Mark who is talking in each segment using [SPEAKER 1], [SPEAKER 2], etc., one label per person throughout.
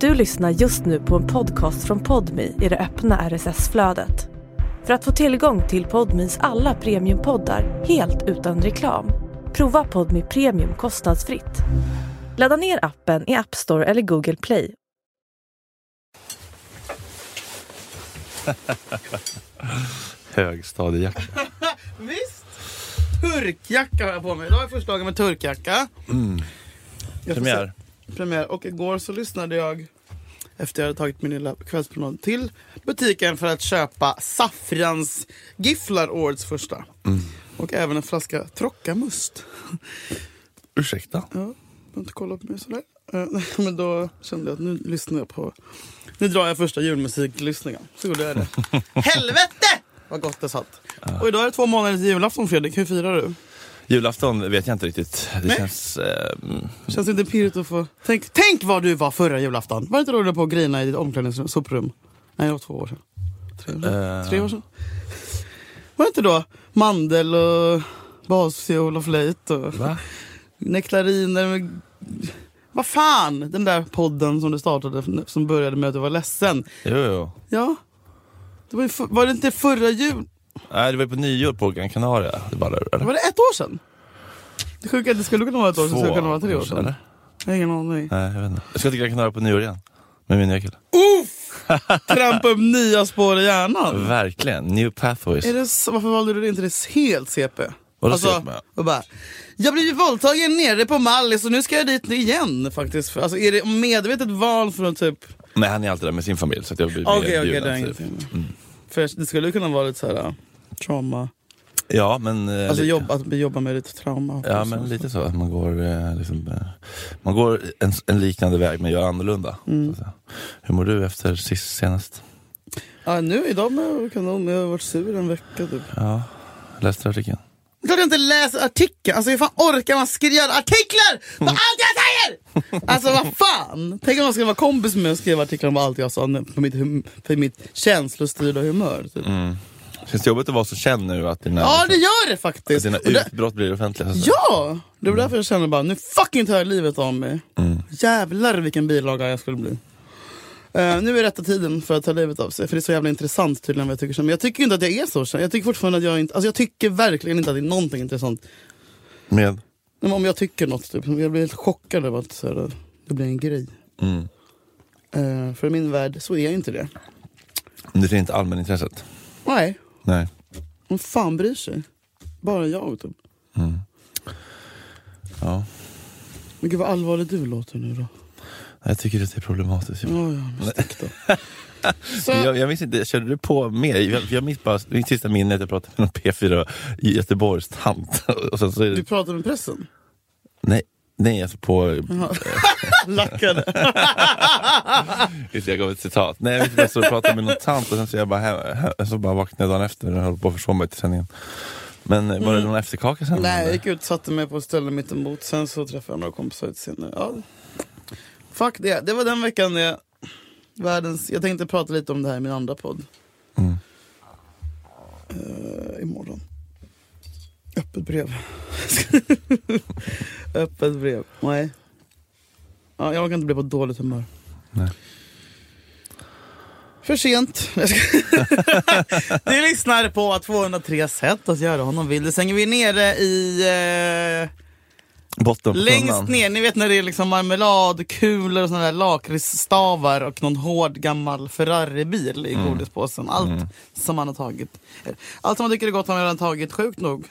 [SPEAKER 1] Du lyssnar just nu på en podcast från Podmi i det öppna RSS-flödet. För att få tillgång till Podmis alla premiumpoddar helt utan reklam, prova Podmi Premium kostnadsfritt. Ladda ner appen i App Store eller Google Play.
[SPEAKER 2] Högstadiejacka.
[SPEAKER 3] Visst! Turkjacka har jag på mig. Idag är första dagen med turkjacka. Jag får se-
[SPEAKER 2] Premiär.
[SPEAKER 3] Premiär. Och igår så lyssnade jag efter jag hade tagit min lilla kvällspromenad till butiken för att köpa Saffrans Gifflar årets första. Och även en flaska Trockamust.
[SPEAKER 2] Ursäkta?
[SPEAKER 3] Ja, jag har inte kollat på mig sådär. Eh, Men då kände jag att nu lyssnar jag på... Nu drar jag första julmusiklyssningen. Så gjorde jag det. Helvete! Vad gott det satt. Och idag är det två månader till julafton Fredrik. Hur firar du?
[SPEAKER 2] Julafton vet jag inte riktigt. Det
[SPEAKER 3] Nej.
[SPEAKER 2] känns... Eh, mm,
[SPEAKER 3] Känns det inte pirrigt att få... Tänk, tänk vad du var förra julafton! Var det inte då du höll på att grina i ditt omklädningsrum, soprum? Nej, det var två år sedan. Tre år sedan.
[SPEAKER 2] Eh.
[SPEAKER 3] Tre år sedan. Var det inte då mandel och basfiol och flöjt och
[SPEAKER 2] va?
[SPEAKER 3] nektariner med... Vad fan! Den där podden som du startade som började med att du var ledsen.
[SPEAKER 2] Jo, jo.
[SPEAKER 3] Ja. Det var, ju för... var det inte förra jul?
[SPEAKER 2] Nej, det var ju på nyår på Gran Canaria. Det var där, eller?
[SPEAKER 3] Var det ett år sedan? Det sjuka är att det skulle kunna vara ett år sedan, det skulle kunna vara tre år
[SPEAKER 2] kanske,
[SPEAKER 3] sedan.
[SPEAKER 2] eller?
[SPEAKER 3] Jag har ingen aning.
[SPEAKER 2] Nej, jag vet inte. Jag ska till Gran Canaria på nyår igen. Med min nya kille.
[SPEAKER 3] Uff! Trampa upp nya spår i hjärnan.
[SPEAKER 2] Verkligen. New pathways.
[SPEAKER 3] Är det så, varför valde du inte det helt CP?
[SPEAKER 2] Vadå CP?
[SPEAKER 3] och bara, jag blev ju våldtagen nere på Mallis och nu ska jag dit igen faktiskt. Alltså, är det medvetet val från typ...
[SPEAKER 2] Nej, han är alltid där med sin familj. Så att jag blir
[SPEAKER 3] Okej, okej, det
[SPEAKER 2] medbjuden.
[SPEAKER 3] är
[SPEAKER 2] typ.
[SPEAKER 3] ingenting. För det skulle ju kunna vara lite så här äh, trauma.
[SPEAKER 2] Ja, men... eh,
[SPEAKER 3] Alltså
[SPEAKER 2] lite-
[SPEAKER 3] jobb, att jobba med lite trauma.
[SPEAKER 2] Ja, men lite så. Att man går, eh, liksom, eh, man går en, en liknande väg men gör annorlunda.
[SPEAKER 3] Mm.
[SPEAKER 2] så att säga. Hur mår du efter sist, senast?
[SPEAKER 3] Ja, nu idag mår jag kanon, men jag har varit sur en vecka typ.
[SPEAKER 2] Ja, läste du artikeln?
[SPEAKER 3] Det är Klart jag inte läser artikeln. Alltså hur fan orkar man skriva artiklar på allt jag säger? Alltså vad fan? Tänk om man skulle vara kompis med mig och skriva artiklar om allt jag sa nu, på mitt, hum- för mitt känslostyrda humör. Typ.
[SPEAKER 2] Känns det jobbigt att vara så känd nu att dina, liksom,
[SPEAKER 3] Ja det gör det faktiskt.
[SPEAKER 2] Alltså, dina
[SPEAKER 3] Och det,
[SPEAKER 2] utbrott blir offentliga? så att säga?
[SPEAKER 3] ja! Det var därför jag kände bara nu fucking tar jag livet av mig. Jävlar vilken bilaga jag skulle bli. Eh, nu är rätta tiden för att ta livet av sig. För det är så jävla intressant tydligen vad jag tycker. Men jag tycker ju inte att jag är så känd. Jag tycker fortfarande att jag inte, alltså jag tycker verkligen inte att det är någonting intressant
[SPEAKER 2] Med?
[SPEAKER 3] Nej, men om jag tycker något, typ, jag blir helt chockad över att så här, det blir en grej.
[SPEAKER 2] Mm.
[SPEAKER 3] Eh, för i min värld så är jag inte det.
[SPEAKER 2] Det är inte allmänintresset?
[SPEAKER 3] Nej,
[SPEAKER 2] Nej.
[SPEAKER 3] vem fan bryr sig? Bara jag typ.
[SPEAKER 2] Mm. Ja.
[SPEAKER 3] Men gud vad allvarlig du låter nu då.
[SPEAKER 2] Jag tycker att det är problematiskt.
[SPEAKER 3] Ja, ja, men stick då. så,
[SPEAKER 2] Jag, jag minns inte, körde du på med? Jag, jag minns bara mitt sista minne att jag pratade med någon P4 i Göteborgs tant. Och sen så är
[SPEAKER 3] Du
[SPEAKER 2] det,
[SPEAKER 3] pratar med pressen?
[SPEAKER 2] nej, nej, alltså på...
[SPEAKER 3] Mm. Lackade.
[SPEAKER 2] Just det, Jag gav ett citat. Nej, jag vet inte, jag stod och pratade med någon tant och sen så, jag bara, he- he- så bara vaknade jag dagen efter och höll på att försova mig till sändningen. Men eh, var det någon efterkaka sen?
[SPEAKER 3] Mm. Nej, jag gick ut satte mig på ett ställe mitt emot. Sen så träffade jag några kompisar lite senare. Ja. Fuck det. Det var den veckan det. Världens, jag tänkte prata lite om det här i min andra podd.
[SPEAKER 2] Mm.
[SPEAKER 3] Eh, imorgon. Öppet brev. Öppet brev. Nej. Ja, jag kan inte bli på dåligt humör.
[SPEAKER 2] Nej.
[SPEAKER 3] För sent. Jag ska- Ni lyssnar på 203 sätt att göra honom vild. Sen är vi nere i... Eh,
[SPEAKER 2] Botten på
[SPEAKER 3] längst
[SPEAKER 2] tunnan.
[SPEAKER 3] ner, ni vet när det är liksom marmeladkulor och såna där lakritsstavar och någon hård gammal Ferrari-bil
[SPEAKER 2] Mm.
[SPEAKER 3] i godispåsen. Allt som man har tagit. Allt som man tycker är gott har man redan tagit, sjukt nog.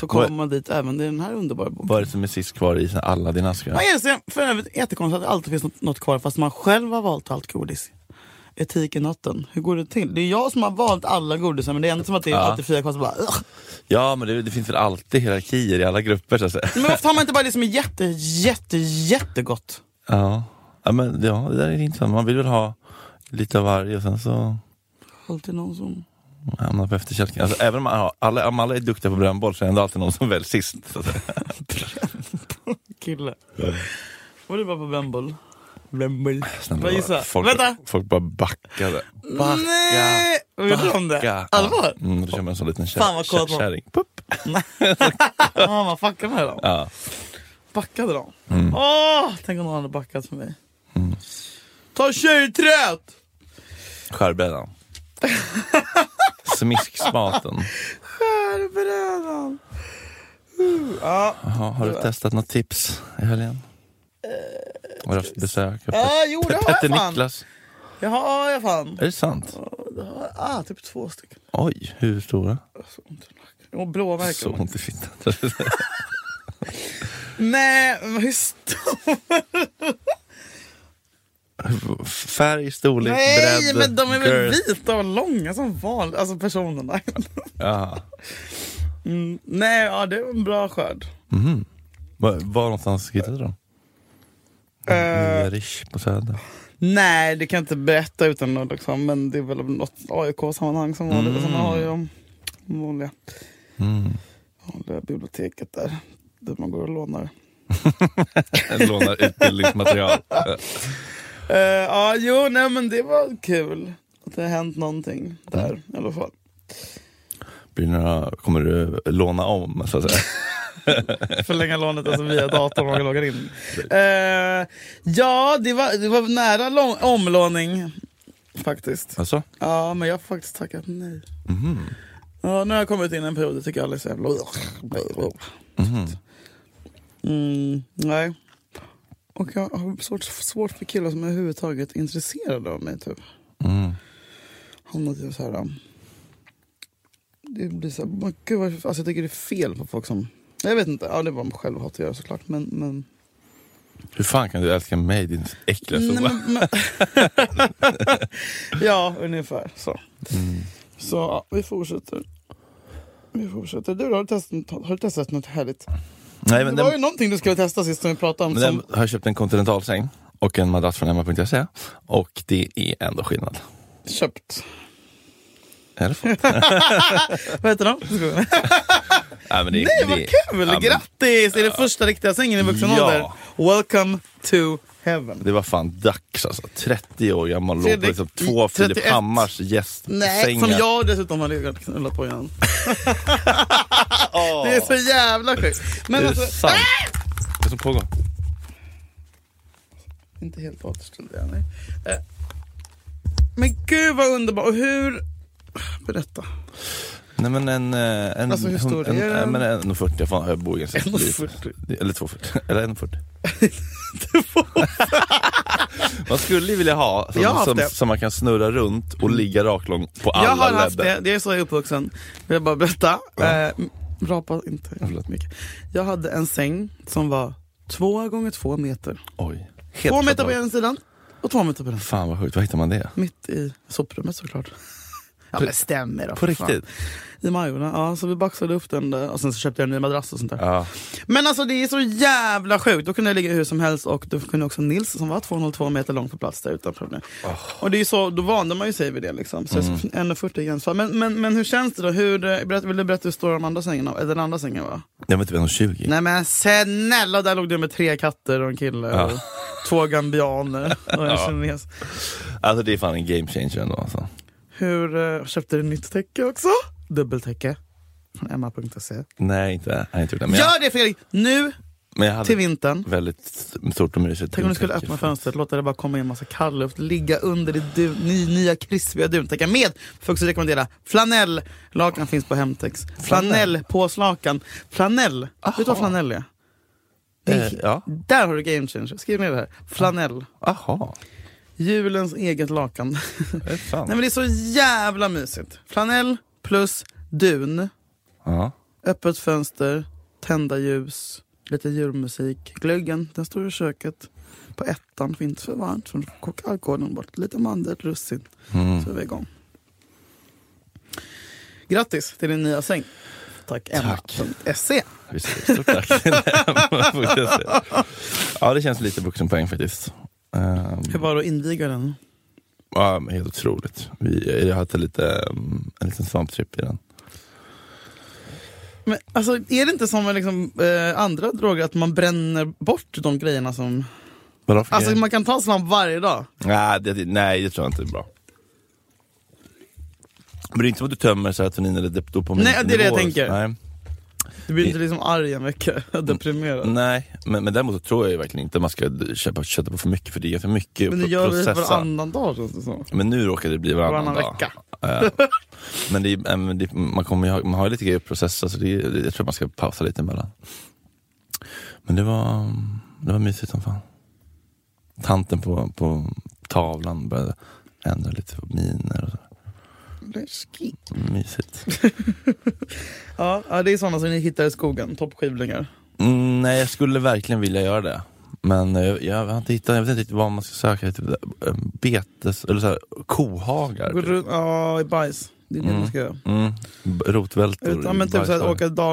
[SPEAKER 3] Så kommer
[SPEAKER 2] Vad-
[SPEAKER 3] man dit även i den här underbara boken.
[SPEAKER 2] Vad är det som är sist kvar i alla dina askar?
[SPEAKER 3] Ja, just det. För övrigt jättekonstigt att det alltid finns något, något kvar fast man själv har valt allt godis. Etik i natten. Hur går det till? Det är jag som har valt alla godisar men det är ändå som att det är
[SPEAKER 2] Ja.
[SPEAKER 3] alltid fyra kvar som bara "Ugh."
[SPEAKER 2] Ja, men det, det finns väl alltid hierarkier i alla grupper så att säga.
[SPEAKER 3] Men varför har man inte bara det som är jätte, jätte, jättegott?
[SPEAKER 2] Ja, ja, men, ja det där är intressant. Man vill väl ha lite av varje och sen så
[SPEAKER 3] Alltid någon som...
[SPEAKER 2] hamnar man på efterkälken. Alltså, även om, man har, alla, om alla är duktiga på brännboll så är det ändå alltid någon som väl sist. Så att säga.
[SPEAKER 3] kille. Var du bara på Bumble? Bumble.
[SPEAKER 2] Snälla,
[SPEAKER 3] Vad gissar?
[SPEAKER 2] folk,
[SPEAKER 3] Vänta!
[SPEAKER 2] folk bara backade. Backa!
[SPEAKER 3] Nej! Vad gjorde de det?
[SPEAKER 2] Backa.
[SPEAKER 3] Allvar?
[SPEAKER 2] Ja, Mm, då kör man en sån liten kär,
[SPEAKER 3] Fan, vad kåt man-
[SPEAKER 2] kärring. Pupp.
[SPEAKER 3] Ja, man fuckade med dem.
[SPEAKER 2] Ja.
[SPEAKER 3] Backade de? Åh, tänk om någon hade backat för mig.
[SPEAKER 2] Mm.
[SPEAKER 3] Ta tjejträt!
[SPEAKER 2] Skärbrädan. Smisksmaten.
[SPEAKER 3] Skärbrädan. Uh, Ja,
[SPEAKER 2] Jaha, har du testat något tips i helgen? Har du haft besök? Har
[SPEAKER 3] Eh, Ja,
[SPEAKER 2] Pet-
[SPEAKER 3] jo, det har
[SPEAKER 2] Petter
[SPEAKER 3] jag fan.
[SPEAKER 2] Niklas.
[SPEAKER 3] jag har jag fan.
[SPEAKER 2] Är det sant?
[SPEAKER 3] Ah, typ två stycken.
[SPEAKER 2] Oj, hur stora?
[SPEAKER 3] Så ont i nacken. Och blåmärken.
[SPEAKER 2] Så ont i fittan.
[SPEAKER 3] Nej, men hur stor?
[SPEAKER 2] Färg, storlek,
[SPEAKER 3] Nej,
[SPEAKER 2] bredd,
[SPEAKER 3] men de är väl
[SPEAKER 2] girth.
[SPEAKER 3] vita och långa som vanligt. Alltså personerna.
[SPEAKER 2] Jaha.
[SPEAKER 3] Mm. Nej, ja, det var en bra skörd.
[SPEAKER 2] Mhm. Var, var någonstans hittade du dem?
[SPEAKER 3] Eh,
[SPEAKER 2] Rish på Söder.
[SPEAKER 3] nej, det kan jag inte berätta utan att liksom, men det är väl något AIK-sammanhang som vanligt. Och sen har ju de vanliga,
[SPEAKER 2] Mm.
[SPEAKER 3] vanliga biblioteket där. Där man går och lånar.
[SPEAKER 2] Lånar utbildningsmaterial.
[SPEAKER 3] Eh, Ja, jo, nej men det var kul. Att det har hänt någonting där i alla fall.
[SPEAKER 2] Blir det några, kommer du låna om så att säga?
[SPEAKER 3] Förlänga lånet alltså via datorn och loggar in. Eh, ja, det var, det var nära lång, omlåning faktiskt.
[SPEAKER 2] Alltså?
[SPEAKER 3] Ja, men jag har faktiskt tackat nej.
[SPEAKER 2] Mhm.
[SPEAKER 3] Ja, nu har jag kommit in i en period, det tycker jag aldrig så jävla...
[SPEAKER 2] Mhm.
[SPEAKER 3] Mm, nej. Och jag har svårt, svårt för killar som är överhuvudtaget intresserade av mig. Typ.
[SPEAKER 2] Mm.
[SPEAKER 3] Hamnat i så här... um, Det blir så här, men gud, vad, alltså jag tycker det är fel på folk som... Jag vet inte, ja, det var med självhat att göra såklart. Men, men,
[SPEAKER 2] Hur fan kan du älska mig din äckliga
[SPEAKER 3] Nej,
[SPEAKER 2] sola?
[SPEAKER 3] men, men, ja, ungefär så.
[SPEAKER 2] Mm.
[SPEAKER 3] Så ja, vi fortsätter. Vi fortsätter. Du då, har du testat, har du testat något härligt?
[SPEAKER 2] Nej, men
[SPEAKER 3] det var
[SPEAKER 2] den,
[SPEAKER 3] ju någonting du skulle testa sist som vi pratade om.
[SPEAKER 2] men
[SPEAKER 3] Som,
[SPEAKER 2] den har jag köpt en kontinentalsäng och en madrass från Emma.se och det är ändå skillnad.
[SPEAKER 3] Köpt.
[SPEAKER 2] Eller fått.
[SPEAKER 3] Vad heter de?
[SPEAKER 2] Nej, men det,
[SPEAKER 3] Nej vad
[SPEAKER 2] det-
[SPEAKER 3] kul!
[SPEAKER 2] ja, men
[SPEAKER 3] Grattis! Det är det första riktiga sängen i vuxen
[SPEAKER 2] Ja.
[SPEAKER 3] ålder. Welcome to heaven.
[SPEAKER 2] Det var fan dags alltså. 30 år gammal låg på
[SPEAKER 3] Fredrik,
[SPEAKER 2] liksom två
[SPEAKER 3] 31.
[SPEAKER 2] Filip Hammars gästsängar.
[SPEAKER 3] Nej, som jag dessutom har legat och knullat på innan.
[SPEAKER 2] Åh,
[SPEAKER 3] Det är så jävla sjukt.
[SPEAKER 2] det
[SPEAKER 3] Men
[SPEAKER 2] är
[SPEAKER 3] alltså,
[SPEAKER 2] sant. Vad som pågår?
[SPEAKER 3] Inte helt återställd är jag, nej. Eh, Men gud vad underbart. Och hur... Berätta.
[SPEAKER 2] Nej men en... eh, en
[SPEAKER 3] Alltså, hur stor
[SPEAKER 2] en,
[SPEAKER 3] är den?
[SPEAKER 2] en, men en 1,40. Fan, jag bor ganska
[SPEAKER 3] 1,40.
[SPEAKER 2] litet. Eller 2,40. Eller 1,40. man skulle ju vilja ha
[SPEAKER 3] Jag har
[SPEAKER 2] som,
[SPEAKER 3] haft
[SPEAKER 2] som,
[SPEAKER 3] det.
[SPEAKER 2] som man kan snurra runt och ligga raklång på alla
[SPEAKER 3] jag har haft
[SPEAKER 2] ledder.
[SPEAKER 3] det, det är så jag är uppvuxen. Vill jag bara berätta.
[SPEAKER 2] Ja.
[SPEAKER 3] Eh, m- rapa inte
[SPEAKER 2] Förlåt.
[SPEAKER 3] mycket. Jag hade en säng som var två gånger två meter.
[SPEAKER 2] Oj. Helt
[SPEAKER 3] Två meter på
[SPEAKER 2] fatalt.
[SPEAKER 3] ena sidan och två meter på den.
[SPEAKER 2] Fan vad sjukt, var hittar man det?
[SPEAKER 3] Mitt i soprummet såklart. Ja
[SPEAKER 2] På-
[SPEAKER 3] men stämmer då.
[SPEAKER 2] På
[SPEAKER 3] för fan.
[SPEAKER 2] riktigt?
[SPEAKER 3] I Majorna, ja. Så vi baxade upp den där och sen så köpte jag en ny madrass och sånt där.
[SPEAKER 2] Ja.
[SPEAKER 3] Men alltså det är så jävla sjukt. Då kunde jag ligga hur som helst och då kunde också Nils som var 202 meter lång på plats där utanför nu. Och det är ju så, då vande man ju sig vid det liksom. Så mm. 1,40 gränsfall. Men, men, men hur känns det då? Hur, eh, berätt, vill du berätta hur stor de andra sängarna var? Eh, Den andra sängen var?
[SPEAKER 2] Jag typ vet inte, 1,20?
[SPEAKER 3] Nej men snälla, där låg det med tre katter och en kille
[SPEAKER 2] Ja.
[SPEAKER 3] och två gambianer och en
[SPEAKER 2] Ja.
[SPEAKER 3] kines.
[SPEAKER 2] Alltså det är fan en game changer ändå alltså.
[SPEAKER 3] Hur, eh, köpte du nytt täcke också? Dubbeltäcke. Från emma.se.
[SPEAKER 2] Nej, inte, jag har inte gjort det. Men jag,
[SPEAKER 3] Gör det Fredrik! Nu
[SPEAKER 2] men jag hade
[SPEAKER 3] till vintern.
[SPEAKER 2] väldigt stort och mysigt.
[SPEAKER 3] Tänk om du skulle öppna fönstret, låta det bara komma in massa kall luft, ligga under det du, ny, nya krispiga duntäckan med, får också rekommendera, flanellakan finns på Hemtex. Flanellpåslakan. Flanell, vet du vad flanell är? Det är-
[SPEAKER 2] Eh, ja.
[SPEAKER 3] Där har du game changer, skriv ner det här. Flanell,
[SPEAKER 2] Aha,
[SPEAKER 3] julens eget lakan. Nej
[SPEAKER 2] är det sant?
[SPEAKER 3] men det är så jävla mysigt. Flanell plus dun,
[SPEAKER 2] Ja.
[SPEAKER 3] öppet fönster, tända ljus, lite julmusik. Glöggen, den står i köket. På ettan, för inte för varmt, för då kokar alkoholen bort. Lite mandel, russin,
[SPEAKER 2] Mm.
[SPEAKER 3] så är vi igång. Grattis till din nya säng. Tack E. Emma.se.
[SPEAKER 2] Visst, Stort tack. Får jag säga. ja, det känns lite vuxenpoäng faktiskt. Ehm,
[SPEAKER 3] Hur var det att inviga den?
[SPEAKER 2] ja, men helt otroligt. Vi, jag hade lite, ehm, en liten svamptripp i den.
[SPEAKER 3] Men, alltså, är det inte som med liksom, eh, andra droger att man bränner bort de grejerna som...
[SPEAKER 2] Vadå för
[SPEAKER 3] Alltså
[SPEAKER 2] grej?
[SPEAKER 3] man kan ta svamp varje dag.
[SPEAKER 2] nej, det, nej, det tror jag inte är bra. Men det är inte som att du tömmer serotonin eller dop- dopamin.
[SPEAKER 3] Nej, det är det jag tänker.
[SPEAKER 2] Nej.
[SPEAKER 3] Du blir inte liksom arg en vecka, deprimerad.
[SPEAKER 2] Nej, men, men däremot så tror jag ju verkligen inte man ska d- köpa köttet på för mycket för det är för mycket
[SPEAKER 3] Men du
[SPEAKER 2] att
[SPEAKER 3] gör det
[SPEAKER 2] processa.
[SPEAKER 3] varannan dag känns det som.
[SPEAKER 2] Men nu råkar det bli varannan,
[SPEAKER 3] Varannan
[SPEAKER 2] dag.
[SPEAKER 3] vecka.
[SPEAKER 2] Eh, men det, är- eh, men det, man, kommer, ju ha- man har ju lite grejer att processa så det, är- det, jag tror att man ska pausa lite emellan. Men det var, det var mysigt som fan. Tanten på, på tavlan började ändra lite på miner och så.
[SPEAKER 3] Läskigt.
[SPEAKER 2] Mysigt.
[SPEAKER 3] Ja, ja, det är sådana som ni hittar i skogen, toppskivlingar.
[SPEAKER 2] Mm, nej, jag skulle verkligen vilja göra det. Men eh, jag, jag har inte hittat, jag vet inte riktigt vad man ska söka. Typ, eh, betes, eller så här, kohagar.
[SPEAKER 3] Går
[SPEAKER 2] typ.
[SPEAKER 3] runt, ja, i bajs. Det är det
[SPEAKER 2] Mm.
[SPEAKER 3] man ska göra.
[SPEAKER 2] Mm, b- rotvältor.
[SPEAKER 3] Ut, ja, men typ såhär,
[SPEAKER 2] bajskorv.
[SPEAKER 3] åka dag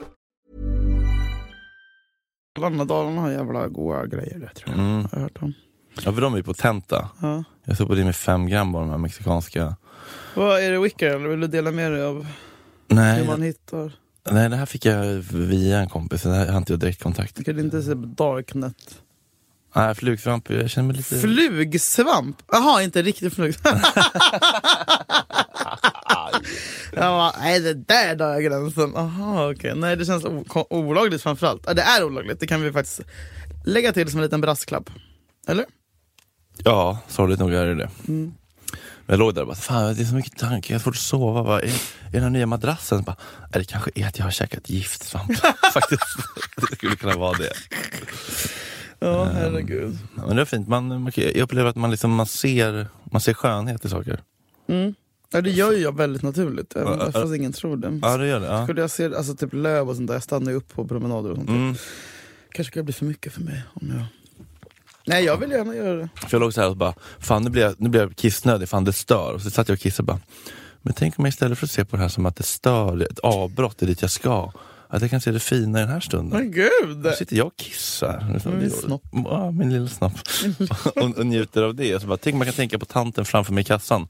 [SPEAKER 3] Dalarna, Dalarna har jävla goa grejer där, tror jag.
[SPEAKER 2] Mm.
[SPEAKER 3] Jag har hört om.
[SPEAKER 2] Ja, för de är ju potenta.
[SPEAKER 3] Ja.
[SPEAKER 2] Jag såg på det med fem gram av de här mexikanska.
[SPEAKER 3] Vad är det wicker eller vill du dela med dig av hur
[SPEAKER 2] Nej,
[SPEAKER 3] man hittar?
[SPEAKER 2] nej, det här fick jag via en kompis. Det här hade inte jag direktkontakt.
[SPEAKER 3] Du kan inte se på darknet.
[SPEAKER 2] Nej, flugsvamp. Jag känner mig lite...
[SPEAKER 3] Flugsvamp? Jaha, inte riktig flugsvamp. jag bara, nej det där drar jag gränsen. Aha, okej. Nej det känns o- ko- olagligt framförallt. Ja, det är olagligt, det kan vi faktiskt lägga till som en liten brasklapp. Eller?
[SPEAKER 2] Ja, sorgligt nog är det det. Men jag låg där och bara, fan det är så mycket tankar, jag har svårt att sova. Bara, är, är det den här nya madrassen? Bara, är det kanske är att jag har käkat giftsvamp. Faktiskt, det skulle kunna vara det.
[SPEAKER 3] Ja,
[SPEAKER 2] Ehm.
[SPEAKER 3] herregud.
[SPEAKER 2] Ja, Men det är fint, man, man, jag upplever att man, liksom, man, ser, man ser skönhet i saker.
[SPEAKER 3] Ja, det gör ju jag väldigt naturligt, även
[SPEAKER 2] Ja, ja.
[SPEAKER 3] fast ingen tror det.
[SPEAKER 2] Ja, det gör det. Ja.
[SPEAKER 3] Skulle jag se alltså, typ löv och sånt där, jag stannar ju upp på promenader och sånt.
[SPEAKER 2] Mm.
[SPEAKER 3] Kanske skulle det bli för mycket för mig om jag... Nej, jag vill gärna göra det.
[SPEAKER 2] För jag låg så här och bara, fan nu blir jag, nu blir jag kissnödig, fan det stör. Och så satt jag och kissade och bara, men tänk om jag istället för att se på det här som att det stör, det är ett avbrott, det är dit jag ska. Att jag kan se det fina i den här stunden.
[SPEAKER 3] Men gud!
[SPEAKER 2] Nu sitter jag och kissar.
[SPEAKER 3] Min snopp.
[SPEAKER 2] Ja, min lilla snopp. och, och njuter av det. Så bara, tänk man kan tänka på tanten framför mig i kassan.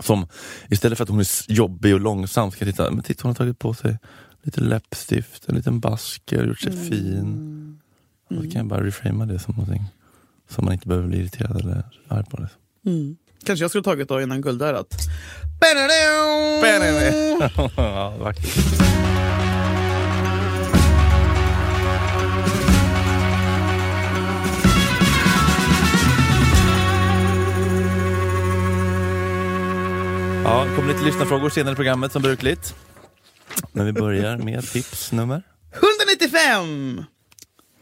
[SPEAKER 2] Som istället för att hon är s- jobbig och långsam, ska jag titta, men titta hon har tagit på sig lite läppstift, en liten basker, gjort sig fin. Och så kan jag bara reframa det som någonting som man inte behöver bli irriterad eller arg på. liksom. Det.
[SPEAKER 3] Kanske jag skulle tagit då innan guldörat.
[SPEAKER 2] ja, vackert. Ja, det kommer lite lyssnarfrågor senare i programmet som brukligt. Men vi börjar med tips nummer.
[SPEAKER 3] 195!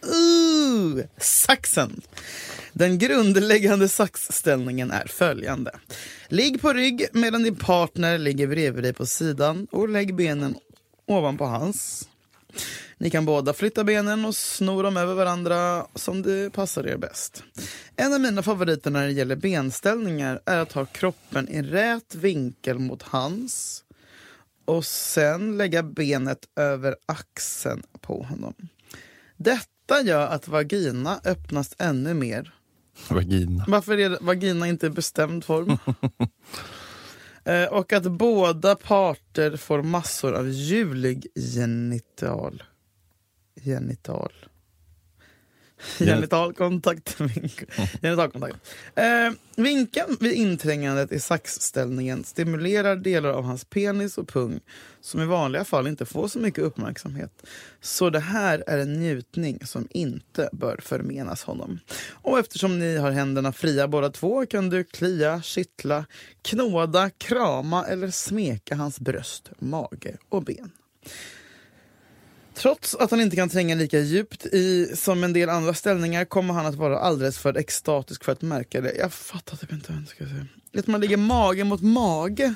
[SPEAKER 3] Uh, saxen. Den grundläggande saxställningen är följande. Ligg på rygg medan din partner ligger bredvid dig på sidan och lägg benen ovanpå hans. Ni kan båda flytta benen och sno dem över varandra som det passar er bäst. En av mina favoriter när det gäller benställningar är att ha kroppen i rät vinkel mot hans och sen lägga benet över axeln på honom. Detta gör att vagina öppnas ännu mer.
[SPEAKER 2] Vagina.
[SPEAKER 3] Varför är vagina inte i bestämd form? Eh, och att båda parter får massor av ljuvlig genital... Genital. Genitalkontakt. vink- Genitalkontakt. Eh, vinkeln vid inträngandet i saxställningen stimulerar delar av hans penis och pung som i vanliga fall inte får så mycket uppmärksamhet. Så det här är en njutning som inte bör förmenas honom. Och eftersom ni har händerna fria båda två kan du klia, kittla, knåda, krama eller smeka hans bröst, mage och ben. Trots att han inte kan tränga lika djupt i som en del andra ställningar kommer han att vara alldeles för extatisk för att märka det. Jag fattar typ inte vad jag ska säga. Att man ligger mage mot mage.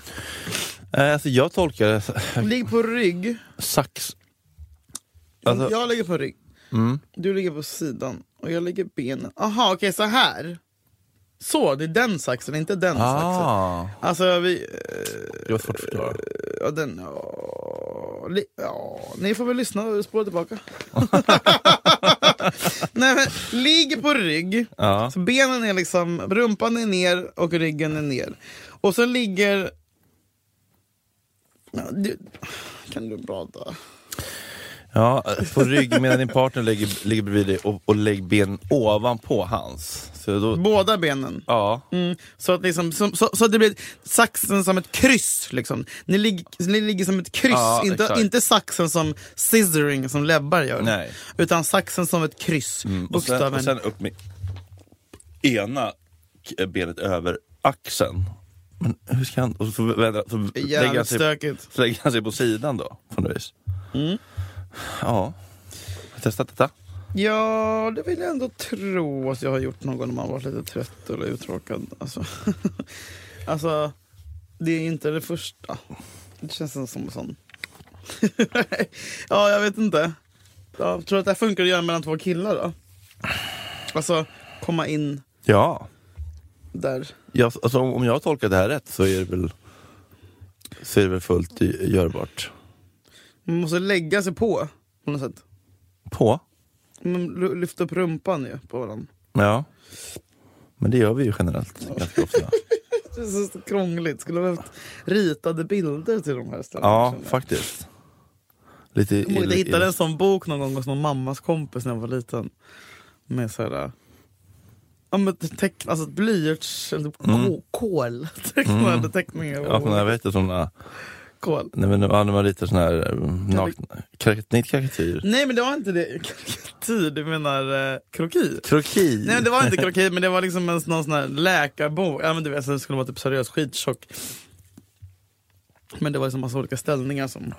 [SPEAKER 2] Eh, Alltså jag tolkar det s-
[SPEAKER 3] Ligg på rygg.
[SPEAKER 2] sax... Alltså-
[SPEAKER 3] Jag ligger på rygg.
[SPEAKER 2] Mm.
[SPEAKER 3] Du ligger på sidan och jag ligger benen. Aha, okej så här. Så, det är den saxen, inte den saxen.
[SPEAKER 2] Ah,
[SPEAKER 3] Alltså vi... eh,
[SPEAKER 2] det var svårt att förklara.
[SPEAKER 3] Ja, den... li- ja, ni får väl lyssna och spåra tillbaka. Nej, men, ligg på rygg.
[SPEAKER 2] Ja.
[SPEAKER 3] Så benen är liksom, rumpan är ner och ryggen är ner. Och så ligger... Ja, du... Kan du prata?
[SPEAKER 2] Ja, på rygg medan din partner ligger, ligger bredvid dig och, och lägg ben ovanpå hans. Så då,
[SPEAKER 3] Båda benen.
[SPEAKER 2] ja.
[SPEAKER 3] Mm, så, att liksom, så, så, så att det blir saxen som ett kryss. Liksom. Ni, lig, ni ligger som ett kryss,
[SPEAKER 2] Ja,
[SPEAKER 3] inte,
[SPEAKER 2] exakt.
[SPEAKER 3] inte saxen som scissoring som läbbar gör.
[SPEAKER 2] Nej. Mm.
[SPEAKER 3] Utan saxen som ett kryss.
[SPEAKER 2] Och sen,
[SPEAKER 3] Bokstaven.
[SPEAKER 2] och sen upp med ena k- benet över axeln. Men hur ska han... Och så, vända, så, lägger han
[SPEAKER 3] Jävligt
[SPEAKER 2] sig,
[SPEAKER 3] stökigt.
[SPEAKER 2] så lägger han sig på sidan då, på något vis.
[SPEAKER 3] Mm.
[SPEAKER 2] Ja. Har du testat detta?
[SPEAKER 3] Ja, det vill jag ändå tro att jag har gjort någon gång när man varit lite trött eller uttråkad. Alltså, alltså det är inte det första. Det känns som som en sån. ja, jag vet inte. Jag tror att det här funkar att göra mellan två killar då? Alltså, komma in
[SPEAKER 2] Ja.
[SPEAKER 3] där.
[SPEAKER 2] Jag, alltså, om om jag tolkar det här rätt så är det väl, så är det väl fullt i- görbart.
[SPEAKER 3] Man måste lägga sig på, på något sätt.
[SPEAKER 2] På?
[SPEAKER 3] Man lu- lyfter upp rumpan ju på varandra.
[SPEAKER 2] Ja. Men det gör vi ju generellt ganska ofta.
[SPEAKER 3] Det är så krångligt. Skulle ha behövt ritade bilder till de här ställena.
[SPEAKER 2] Ja,
[SPEAKER 3] känner jag.
[SPEAKER 2] faktiskt. Lite
[SPEAKER 3] Jag kommer ihåg att Jag
[SPEAKER 2] ill-
[SPEAKER 3] hittade en sån bok någon gång hos någon mammas kompis när jag var liten. Med såhär... Ja men teck, alltså blyerts... eller typ ko- Kol. Tecknade teckningar
[SPEAKER 2] Ja, men jag
[SPEAKER 3] av
[SPEAKER 2] vet inte såna,
[SPEAKER 3] kol.
[SPEAKER 2] nej, men, ja, när man ritar såna här eh, nakna, kar, nej, karikatyr.
[SPEAKER 3] Nej men det var inte det. Karikatyr, du menar eh, kroki?
[SPEAKER 2] Kroki!
[SPEAKER 3] Nej men det var inte kroki men det var liksom en, någon sån här läkarbok. Ja men du vet, så det skulle vara typ seriös skittjock. Men det var liksom massa olika ställningar som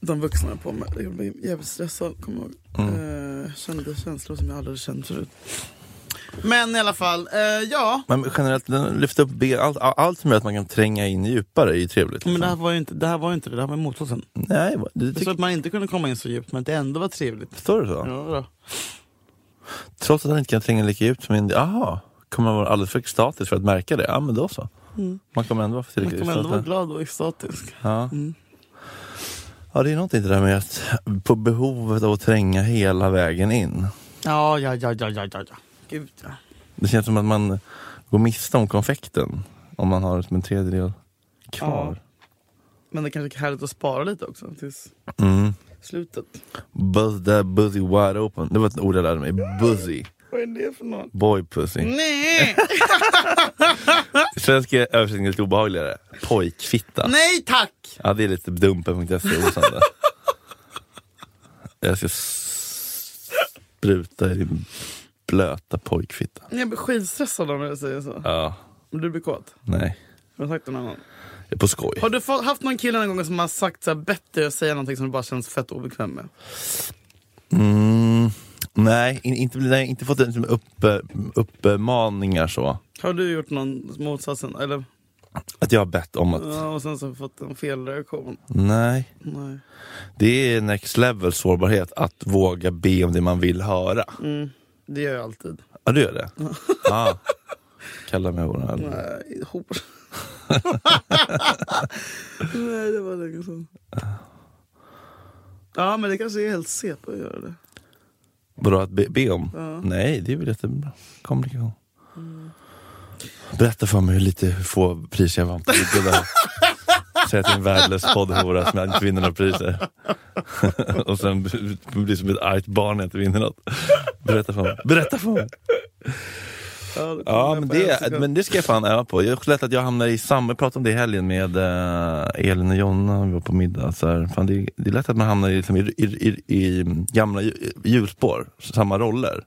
[SPEAKER 3] de vuxna höll på med. Jag blev jävligt stressad, kommer jag ihåg. Eh, kände känslor som jag aldrig känt förut. Men i alla fall, eh, ja.
[SPEAKER 2] Men generellt, den lyfter upp ben, allt, allt som gör att man kan tränga in djupare är ju trevligt.
[SPEAKER 3] Men det här
[SPEAKER 2] liksom.
[SPEAKER 3] var ju inte det, här var ju inte det, det här var ju motsatsen.
[SPEAKER 2] Nej, vad- det
[SPEAKER 3] Det så
[SPEAKER 2] tycker
[SPEAKER 3] att man inte kunde komma in så djupt men att det ändå var trevligt.
[SPEAKER 2] Står det så?
[SPEAKER 3] Ja, då.
[SPEAKER 2] Trots att han inte kan tränga lika djupt som en... Jaha, kommer han vara alldeles för extatisk för att märka det? Ja, men då så. Man kommer ändå vara för
[SPEAKER 3] Mm. Man
[SPEAKER 2] tillräckligt
[SPEAKER 3] kommer ändå vara
[SPEAKER 2] extatisk.
[SPEAKER 3] glad och extatisk.
[SPEAKER 2] Ja. ja, det är någonting det där med att på behovet av att tränga hela vägen in.
[SPEAKER 3] Ja, ja, ja, ja, ja, ja. ja. Gud ja.
[SPEAKER 2] Det känns som att man går miste om konfekten om man har som en tredjedel kvar.
[SPEAKER 3] Men det kanske är härligt att spara lite också tills
[SPEAKER 2] Mm.
[SPEAKER 3] slutet.
[SPEAKER 2] Buzz that buzzy wide open. Det var ett ord jag lärde mig. Buzzy.
[SPEAKER 3] Vad är det för något?
[SPEAKER 2] Boy pussy.
[SPEAKER 3] Nej!
[SPEAKER 2] Svenska översättningen är lite obehagligare. Pojkfitta.
[SPEAKER 3] Nej tack!
[SPEAKER 2] Ja, det är lite dumpen.se osande. E, Jag ska s- spruta i din blöta pojkfitta.
[SPEAKER 3] Jag blir skitstressad om jag säger så.
[SPEAKER 2] Ja,
[SPEAKER 3] Men du blir kåt?
[SPEAKER 2] nej.
[SPEAKER 3] Har du sagt någon annan?
[SPEAKER 2] Det är på skoj.
[SPEAKER 3] Har du fått, haft någon kille någon gång som har sagt så här, bett dig att säga någonting som du bara känns fett obekväm med?
[SPEAKER 2] Mm, nej, in, inte, nej, inte fått liksom upp, eh, uppmaningar så.
[SPEAKER 3] Har du gjort någon motsatsen? Eller,
[SPEAKER 2] Att jag har bett om att...
[SPEAKER 3] ja, och sen så fått en felreaktion?
[SPEAKER 2] Nej.
[SPEAKER 3] Nej.
[SPEAKER 2] Det är next level sårbarhet att våga be om det man vill höra.
[SPEAKER 3] Det gör jag alltid.
[SPEAKER 2] Ja, du gör det? Ja. Kalla mig hora.
[SPEAKER 3] Nej, hår. Nej, det var länge sedan. Ja, men det kanske är helt CP att göra det.
[SPEAKER 2] Vadå att be, be om? Nej, det är väl jättebra. Kommunikation. Berätta för mig hur lite hur få priser jag vann på Idol. Säg att det är en värdelös poddhora som jag inte vinner några priser. och sen b- blir som ett argt barn när jag inte vinner något. Berätta för mig. Berätta för mig.
[SPEAKER 3] Ja, det
[SPEAKER 2] Ja, men
[SPEAKER 3] kommer jag på en
[SPEAKER 2] det,
[SPEAKER 3] sekund.
[SPEAKER 2] men det ska jag fan öva på. Jag är lätt att jag hamnar i samma, jag pratade om det i helgen med eh, Elin och Jonna, vi var på middag. Så här, fan, det, är- det är lätt att man hamnar i, liksom, i, i, i, i gamla ju- hjulspår, samma roller.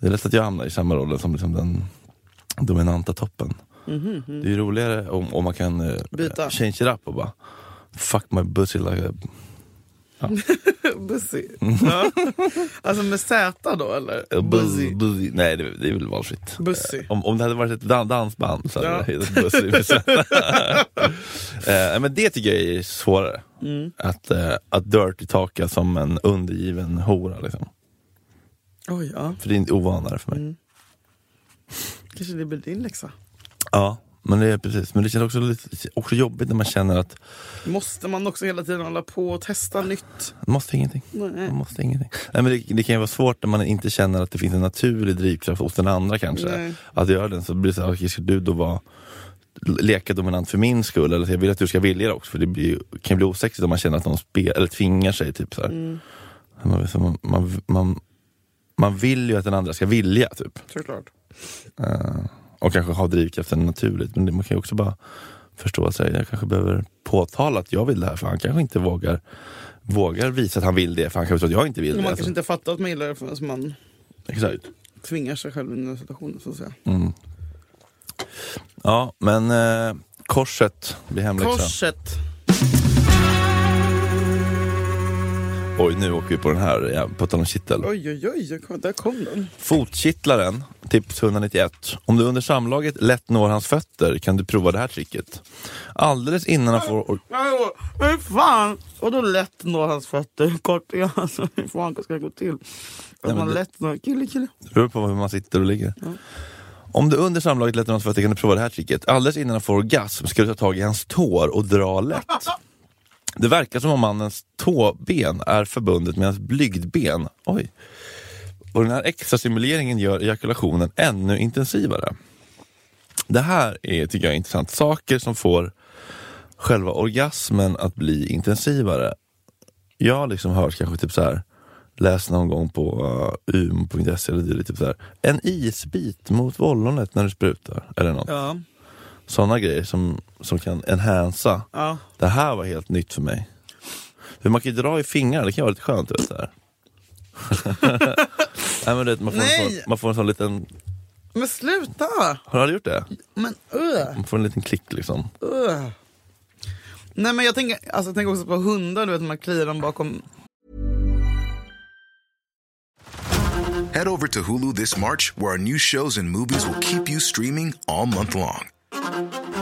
[SPEAKER 2] Det är lätt att jag hamnar i samma roller som liksom, den dominanta toppen. Det är ju roligare om, om man kan eh,
[SPEAKER 3] Byta.
[SPEAKER 2] change it up och bara Fuck my pussy like a...
[SPEAKER 3] Busy. Ja. Alltså med Z då eller?
[SPEAKER 2] a
[SPEAKER 3] Busy.
[SPEAKER 2] buzz- Eh, buzzy. Nej, det, det är väl valfritt.
[SPEAKER 3] Bussy.
[SPEAKER 2] Eh, Om, om det hade varit ett dan- dansband så hade
[SPEAKER 3] Ja.
[SPEAKER 2] det hetat Bussy. med Z. eh, men det tycker jag är svårare. Att, eh, att dirty talka som en undergiven hora. Liksom.
[SPEAKER 3] Oj, ja.
[SPEAKER 2] För det är inte ovanare för mig.
[SPEAKER 3] Kanske det blir din läxa.
[SPEAKER 2] Ja, Men det, är precis. Men det känns också, lite, också jobbigt när man känner att
[SPEAKER 3] Måste man också hela tiden hålla på och testa nytt?
[SPEAKER 2] man måste ingenting. Man måste ingenting. Nej, men det, det kan ju vara svårt när man inte känner att det finns en naturlig drivkraft hos den andra kanske.
[SPEAKER 3] Nej.
[SPEAKER 2] Att göra den. Så blir det så här, okej, ska du då vara leka dominant för min skull eller så jag vill att du ska vilja det också för det blir, ju- kan ju bli osexigt om man känner att någon spe, eller tvingar sig. Typ, så här. Man, så man, man, man, man vill ju att den andra ska vilja typ.
[SPEAKER 3] Såklart.
[SPEAKER 2] Eh, och kanske ha drivkraften naturligt. Men det, man kan ju också bara förstå att så här, jag kanske behöver påtala att jag vill det här. För han kanske inte vågar, vågar visa att han vill det. För han kanske tror att jag inte vill
[SPEAKER 3] Man
[SPEAKER 2] det.
[SPEAKER 3] kanske inte fattar att man gillar det förrän man
[SPEAKER 2] Exakt.
[SPEAKER 3] tvingar sig själv in i den situationen. Så att säga.
[SPEAKER 2] Mm. Ja, men eh, korset blir hemläxa.
[SPEAKER 3] Korset!
[SPEAKER 2] Oj, nu åker vi på den här, ja, på tal om kittel.
[SPEAKER 3] Oj, oj, oj, jag kom, där kom den.
[SPEAKER 2] Fotkittlaren, tips 191. Om du under samlaget lätt når hans fötter kan du prova det här tricket. Alldeles innan han får...
[SPEAKER 3] Nej, Hur fan! Och då lätt nå hans fötter. Hur Kort är han? så Hur fan ska det gå till? Att
[SPEAKER 2] men
[SPEAKER 3] man
[SPEAKER 2] det-
[SPEAKER 3] lätt når... Kille, kille.
[SPEAKER 2] Det beror på hur man sitter och ligger. Om du under samlaget lättar hans fötter kan du prova det här tricket. Alldeles innan han får orgasm ska du ta tag i hans tår och dra lätt. Det verkar som om mannens tåben är förbundet med hans blygdben. Oj. Och den här extra simuleringen gör ejakulationen ännu intensivare. Det här är, tycker jag, intressant. Saker som får själva orgasmen att bli intensivare. Jag har liksom hört kanske typ så här läst någon gång på uh, um.se eller dylikt, typ så här. En isbit mot vollonet när du sprutar eller något.
[SPEAKER 3] Ja.
[SPEAKER 2] Sådana grejer som, som kan enhansa.
[SPEAKER 3] ja.
[SPEAKER 2] Det här var helt nytt för mig. För man kan ju dra i fingrar, det kan vara lite skönt. Du vet, så här. Nej, men du vet, man, får en sån,
[SPEAKER 3] Nej!
[SPEAKER 2] man får en sån liten...
[SPEAKER 3] Men sluta!
[SPEAKER 2] Har du aldrig gjort det?
[SPEAKER 3] Men öh!
[SPEAKER 2] Man får en liten klick liksom.
[SPEAKER 3] öh. Nej men jag tänker, alltså, jag tänker också på hundar, du vet när man kliar dem bakom
[SPEAKER 4] Head over to Hulu this March, where our new shows and movies will keep you streaming all month long.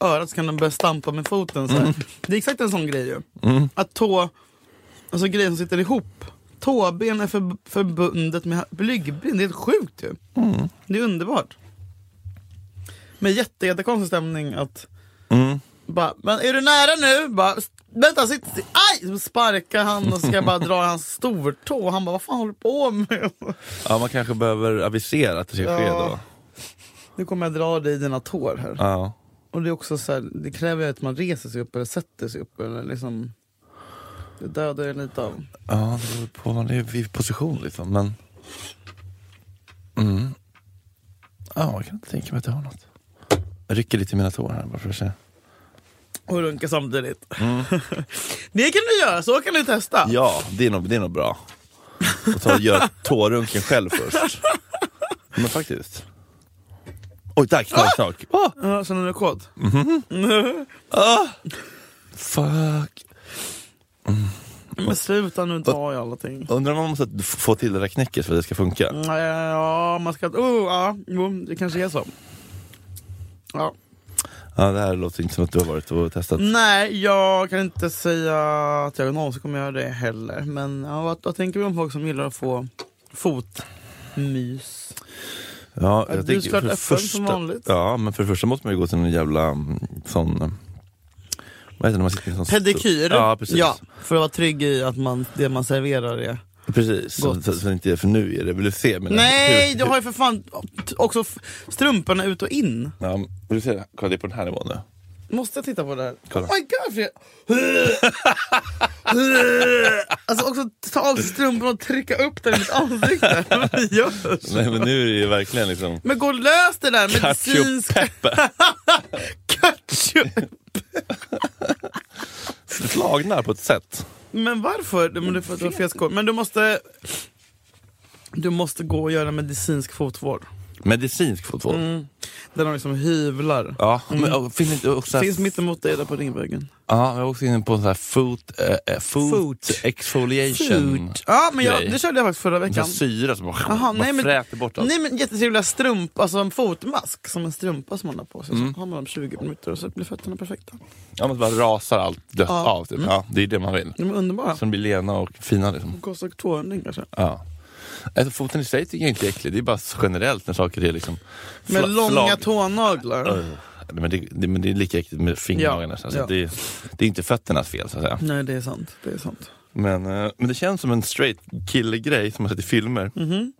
[SPEAKER 3] örat så kan de börja stampa med foten. Så här. Det är exakt en sån grej ju. Att tå, alltså grejer som sitter ihop. Tåben är för, förbundet med blygdben. Det är helt sjukt ju. Det är underbart. Men jätte, jättekonstig stämning att bara, men är du nära nu? Bara, vänta, sitt, sitt, aj! Så sparkar han och ska bara dra i hans stortå. Och han bara, vad fan håller du på med?
[SPEAKER 2] Ja, man kanske behöver avisera att det ska ske
[SPEAKER 3] Ja.
[SPEAKER 2] då.
[SPEAKER 3] Nu kommer jag dra dig i dina tår här.
[SPEAKER 2] Ja.
[SPEAKER 3] Och det är också så här, det kräver ju att man reser sig upp eller sätter sig upp eller liksom Det dödar jag lite av.
[SPEAKER 2] Ja, det beror på vad det är i position liksom. Men... Mm. Ja, jag kan inte tänka mig att jag har något. Jag rycker lite i mina tår här bara för att se.
[SPEAKER 3] Och runka samtidigt. det kan du göra, så kan du testa.
[SPEAKER 2] Ja, det är nog, det är nog bra. Och ta och göra tårunken själv först. Men faktiskt. Oj, tack, tack, tack. Åh,
[SPEAKER 3] Ja, Känner du dig kåt?
[SPEAKER 2] fuck.
[SPEAKER 3] Men sluta nu, ta i allting.
[SPEAKER 2] Undrar om man måste f- få till det där knäcket för att det ska funka.
[SPEAKER 3] Ja, Ja, man ska... Oh, ja, jo, det kanske är så. Ja.
[SPEAKER 2] Ja, det här låter inte som att du har varit och testat.
[SPEAKER 3] Nej, jag kan inte säga att jag någonsin kommer göra det heller. Men ja, vad, vad tänker vi om folk som gillar att få fotmys?
[SPEAKER 2] Ja,
[SPEAKER 3] Ja,
[SPEAKER 2] jag
[SPEAKER 3] du
[SPEAKER 2] tänker
[SPEAKER 3] ska
[SPEAKER 2] för det
[SPEAKER 3] vara öppen som
[SPEAKER 2] första,
[SPEAKER 3] vanligt.
[SPEAKER 2] Ja, men för det första måste man ju gå till någon jävla mm, sån... eh, Vad heter det när man sitter i en sån
[SPEAKER 3] Pedikyr.
[SPEAKER 2] Ja, precis.
[SPEAKER 3] Ja, för att vara trygg i att man, det man serverar är...
[SPEAKER 2] precis. Så,
[SPEAKER 3] Gott.
[SPEAKER 2] så, så inte, för nu är det väl se men
[SPEAKER 3] Nej,
[SPEAKER 2] hur-
[SPEAKER 3] du har ju för fan t- också f- strumporna ut och in.
[SPEAKER 2] Ja, men vill du se det? Kolla, det är på den här nivån nu.
[SPEAKER 3] Måste jag titta på det här?
[SPEAKER 2] Kolla.
[SPEAKER 3] Oh my god Fred. Alltså också ta av sig strumporna och trycka upp den i mitt ansikte. Vad görs?
[SPEAKER 2] Nej, men nu är det ju verkligen liksom...
[SPEAKER 3] Men gå och lös det där
[SPEAKER 2] Cacio
[SPEAKER 3] medicinska...
[SPEAKER 2] Pepe.
[SPEAKER 3] Ketchup.
[SPEAKER 2] Slagnar på ett sätt.
[SPEAKER 3] Men varför? Men du, får- du har fel skål. Men du måste... Du måste gå och göra medicinsk fotvård.
[SPEAKER 2] Medicinsk fotvård.
[SPEAKER 3] Mm. Den har liksom hyvlar.
[SPEAKER 2] Ja, men och, finns det inte också...
[SPEAKER 3] Mm. Finns mittemot dig där på Ringvägen.
[SPEAKER 2] Ja, jag var också inne på så här foot, eh, eh, foot,
[SPEAKER 3] Foot.
[SPEAKER 2] exfoliation.
[SPEAKER 3] Fult. Ja, men jag,
[SPEAKER 2] grej.
[SPEAKER 3] det körde jag faktiskt förra
[SPEAKER 2] Det är
[SPEAKER 3] veckan.
[SPEAKER 2] syra som bara,
[SPEAKER 3] Aha,
[SPEAKER 2] bara
[SPEAKER 3] nej, men,
[SPEAKER 2] fräter bort allt.
[SPEAKER 3] Nej men jättetrevliga strump, alltså en fotmask som en strumpa som man har på sig.
[SPEAKER 2] Mm.
[SPEAKER 3] Så har man dem 20 minuter och så blir fötterna perfekta.
[SPEAKER 2] Ja, men det bara rasar allt dött av.
[SPEAKER 3] Mm.
[SPEAKER 2] Typ. Ja, det är det man vill.
[SPEAKER 3] De är underbara.
[SPEAKER 2] Så de blir lena och fina. Liksom.
[SPEAKER 3] Kostar 200 kanske.
[SPEAKER 2] Ja. Alltså, foten i sig tycker jag inte är äcklig. Det är bara generellt när saker är liksom...
[SPEAKER 3] Med
[SPEAKER 2] fla-
[SPEAKER 3] långa
[SPEAKER 2] flag-
[SPEAKER 3] tånaglar.
[SPEAKER 2] Ugh. Men det, det, men det är lika äckligt med fingrarna.
[SPEAKER 3] Ja.
[SPEAKER 2] Så att
[SPEAKER 3] Ja. Mm.
[SPEAKER 2] det, är- det är inte fötternas fel så att säga.
[SPEAKER 3] Nej det är sant, det är sant.
[SPEAKER 2] Men, eh, men det känns som en straight kille-grej som man sett i filmer.
[SPEAKER 3] Mm-hmm.